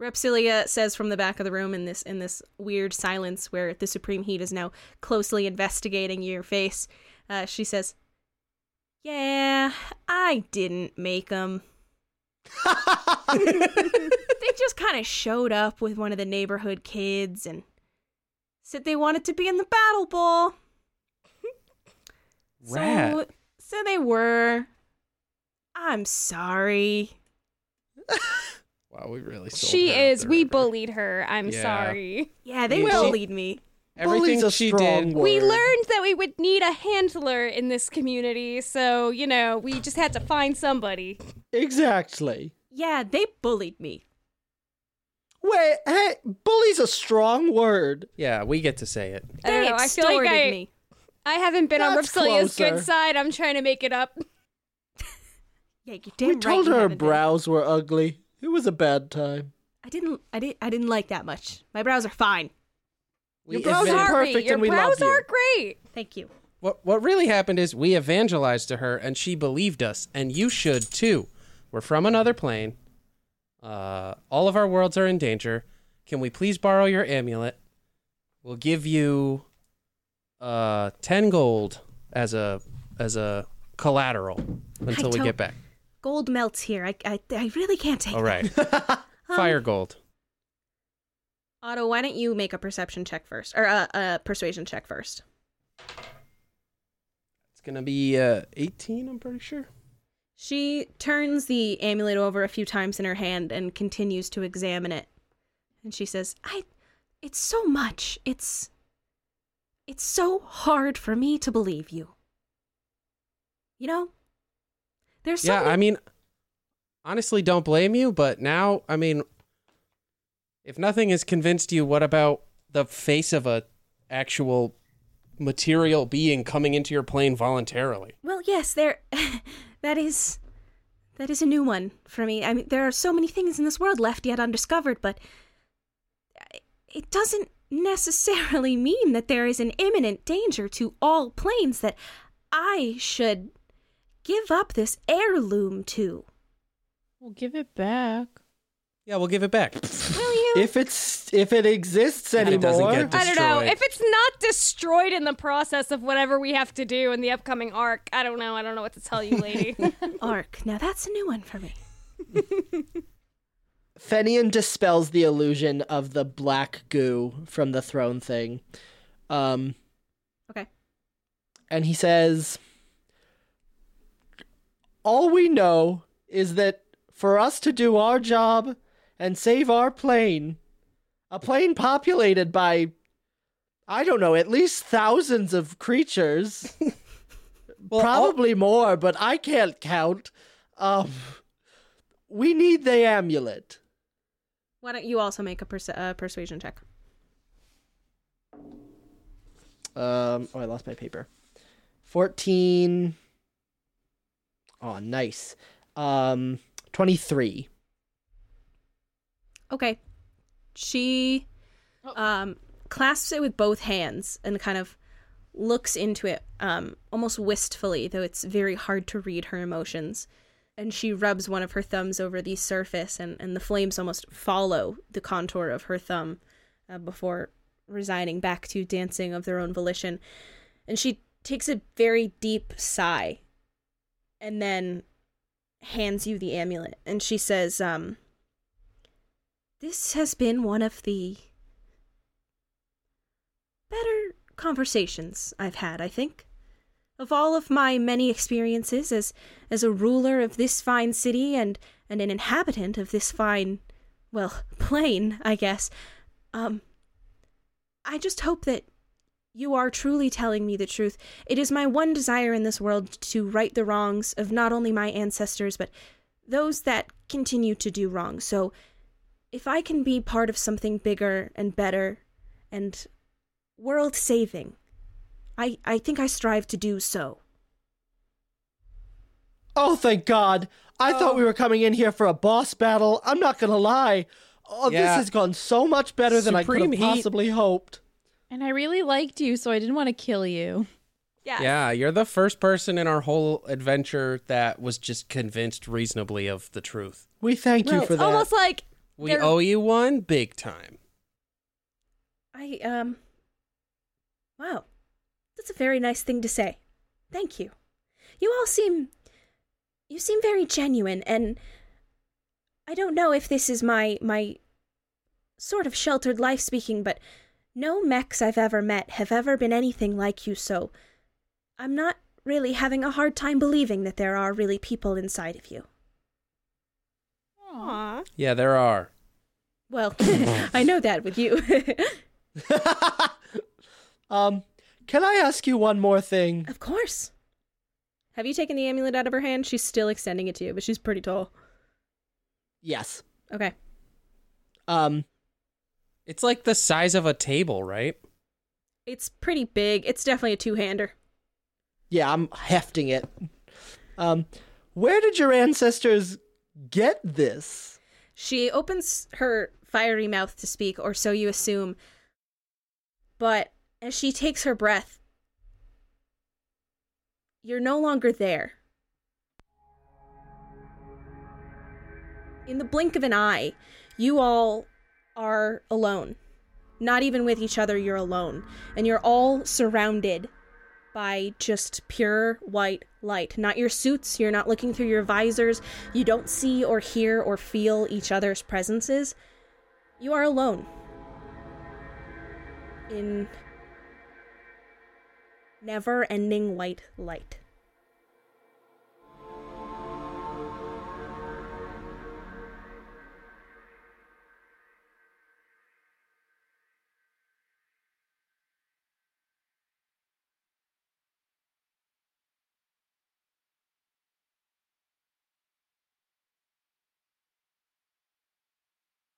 Speaker 4: Repsilia says from the back of the room in this in this weird silence where the supreme heat is now closely investigating your face. Uh, she says, "Yeah, I didn't make them. they just kind of showed up with one of the neighborhood kids and said they wanted to be in the battle bowl.
Speaker 6: rat.
Speaker 4: So, so they were. I'm sorry."
Speaker 6: wow, we really sold
Speaker 7: She
Speaker 6: her out
Speaker 7: is.
Speaker 6: there,
Speaker 7: We
Speaker 6: River.
Speaker 7: bullied her. I'm
Speaker 6: Yeah.
Speaker 7: sorry.
Speaker 4: Yeah, they
Speaker 6: Well-
Speaker 4: bullied me.
Speaker 5: Bully's
Speaker 6: Everything
Speaker 5: a
Speaker 6: she
Speaker 5: strong
Speaker 6: did.
Speaker 5: word.
Speaker 7: We learned that we would need a handler in this community, so you know we just had to find somebody.
Speaker 5: Exactly.
Speaker 4: Yeah, they bullied me.
Speaker 5: Wait, hey, bully's a strong word.
Speaker 6: Yeah, we get to say it.
Speaker 7: I
Speaker 4: They
Speaker 7: don't know. I feel
Speaker 4: extorted
Speaker 7: like I,
Speaker 4: me.
Speaker 7: I haven't been on
Speaker 5: That's
Speaker 7: Repsilia's
Speaker 5: closer.
Speaker 7: good side. I'm trying to make it up.
Speaker 4: Yeah, you damn
Speaker 5: we
Speaker 4: right
Speaker 5: told
Speaker 4: you
Speaker 5: her her
Speaker 4: haven't been.
Speaker 5: brows were ugly. It was a bad time.
Speaker 4: I didn't. I didn't. I didn't like that much. My brows are fine.
Speaker 5: Your
Speaker 6: We
Speaker 5: brows
Speaker 6: evan-
Speaker 5: are
Speaker 7: Sorry,
Speaker 5: perfect,
Speaker 7: your
Speaker 5: and we love
Speaker 7: brows
Speaker 5: you.
Speaker 7: are great.
Speaker 4: Thank you.
Speaker 6: what what really happened is we evangelized to her and she believed us and you should too. We're from another plane. Uh, all of our worlds are in danger. Can we please borrow your amulet? We'll give you uh 10 gold as a as a collateral until we
Speaker 4: don't-
Speaker 6: get back.
Speaker 4: Gold melts here. I. I, I really can't take.
Speaker 6: All right.
Speaker 4: Um,
Speaker 6: Fire gold.
Speaker 4: Otto, why don't you make a perception check first, or a, a persuasion check first?
Speaker 6: It's going to be uh 18, I'm pretty sure.
Speaker 4: She turns the amulet over a few times in her hand and continues to examine it. And she says, "I it's so much. It's it's so hard for me to believe you. You know? There's
Speaker 6: yeah,
Speaker 4: something-
Speaker 6: I mean, honestly, don't blame you, but now, I mean, if nothing has convinced you, what about the face of a actual material being coming into your plane voluntarily?
Speaker 4: Well, yes, there that is that is a new one for me. I mean, there are so many things in this world left yet undiscovered, but it doesn't necessarily mean that there is an imminent danger to all planes that I should give up this heirloom to.
Speaker 9: Well, give it back.
Speaker 6: Yeah, we'll give it back.
Speaker 5: If it's if it exists
Speaker 6: If
Speaker 5: anymore,
Speaker 6: it doesn't get
Speaker 7: I
Speaker 6: destroyed.
Speaker 7: don't know. If it's not destroyed in the process of whatever we have to do in the upcoming arc, I don't know. I don't know what to tell you, lady.
Speaker 4: Arc. Now that's a new one for me.
Speaker 5: Fenian dispels the illusion of the black goo from the throne thing. Um,
Speaker 4: Okay.
Speaker 5: And he says, All we know is that for us to do our job and save our plane, a plane populated by, I don't know, at least thousands of creatures,
Speaker 6: Well, all-
Speaker 5: probably more, but I can't count. Um, we need the amulet.
Speaker 4: Why don't you also make a persu- uh, persuasion check?
Speaker 5: Um, oh, I lost my paper. 14. Oh, nice. Um, 23.
Speaker 4: Okay. She um, clasps it with both hands and kind of looks into it um, almost wistfully, though it's very hard to read her emotions. And she rubs one of her thumbs over the surface, and, and the flames almost follow the contour of her thumb uh, before resigning back to dancing of their own volition. And she takes a very deep sigh and then hands you the amulet. And she says, um, this has been one of the better conversations I've had, I think. Of all of my many experiences as as a ruler of this fine city and, and an inhabitant of this fine well, plain, I guess. Um I just hope that you are truly telling me the truth. It is my one desire in this world to right the wrongs of not only my ancestors, but those that continue to do wrong. So if I can be part of something bigger and better and world saving, I, I think I strive to do so.
Speaker 5: Oh, thank God. I
Speaker 6: Oh.
Speaker 5: thought we were coming in here for a boss battle. I'm not going to lie. Oh,
Speaker 6: Yeah.
Speaker 5: this has gone so much better than I
Speaker 6: Supreme
Speaker 5: could
Speaker 6: heat.
Speaker 5: have possibly hoped.
Speaker 9: And I really liked you, so I didn't want to kill you.
Speaker 7: yeah.
Speaker 6: Yeah, you're the first person in our whole adventure that was just convinced reasonably of the truth.
Speaker 5: We thank you for that.
Speaker 7: It's almost like
Speaker 6: We
Speaker 7: There-
Speaker 6: owe you one big time.
Speaker 4: I, um. Wow. That's a very nice thing to say. Thank you. You all seem. You seem very genuine, and I don't know if this is my. my sort of sheltered life speaking, but no mechs I've ever met have ever been anything like you, so I'm not really having a hard time believing that there are really people inside of you.
Speaker 7: Aw.
Speaker 6: Yeah, there are.
Speaker 4: Well, I know that with you.
Speaker 5: um, can I ask you one more thing?
Speaker 4: of course. Have you taken the amulet out of her hand? She's still extending it to you, but she's pretty tall.
Speaker 5: Yes.
Speaker 4: Okay.
Speaker 5: Um,
Speaker 6: It's like the size of a table, right?
Speaker 4: It's pretty big. It's definitely a two hander.
Speaker 5: yeah, I'm hefting it. Um, where did your ancestors get this?
Speaker 4: She opens her fiery mouth to speak, or so you assume. But as she takes her breath, you're no longer there. In the blink of an eye, you all are alone. Not even with each other, you're alone. And you're all surrounded by just pure white light. Not your suits, you're not looking through your visors, you don't see or hear or feel each other's presences. You are alone. In never ending white light.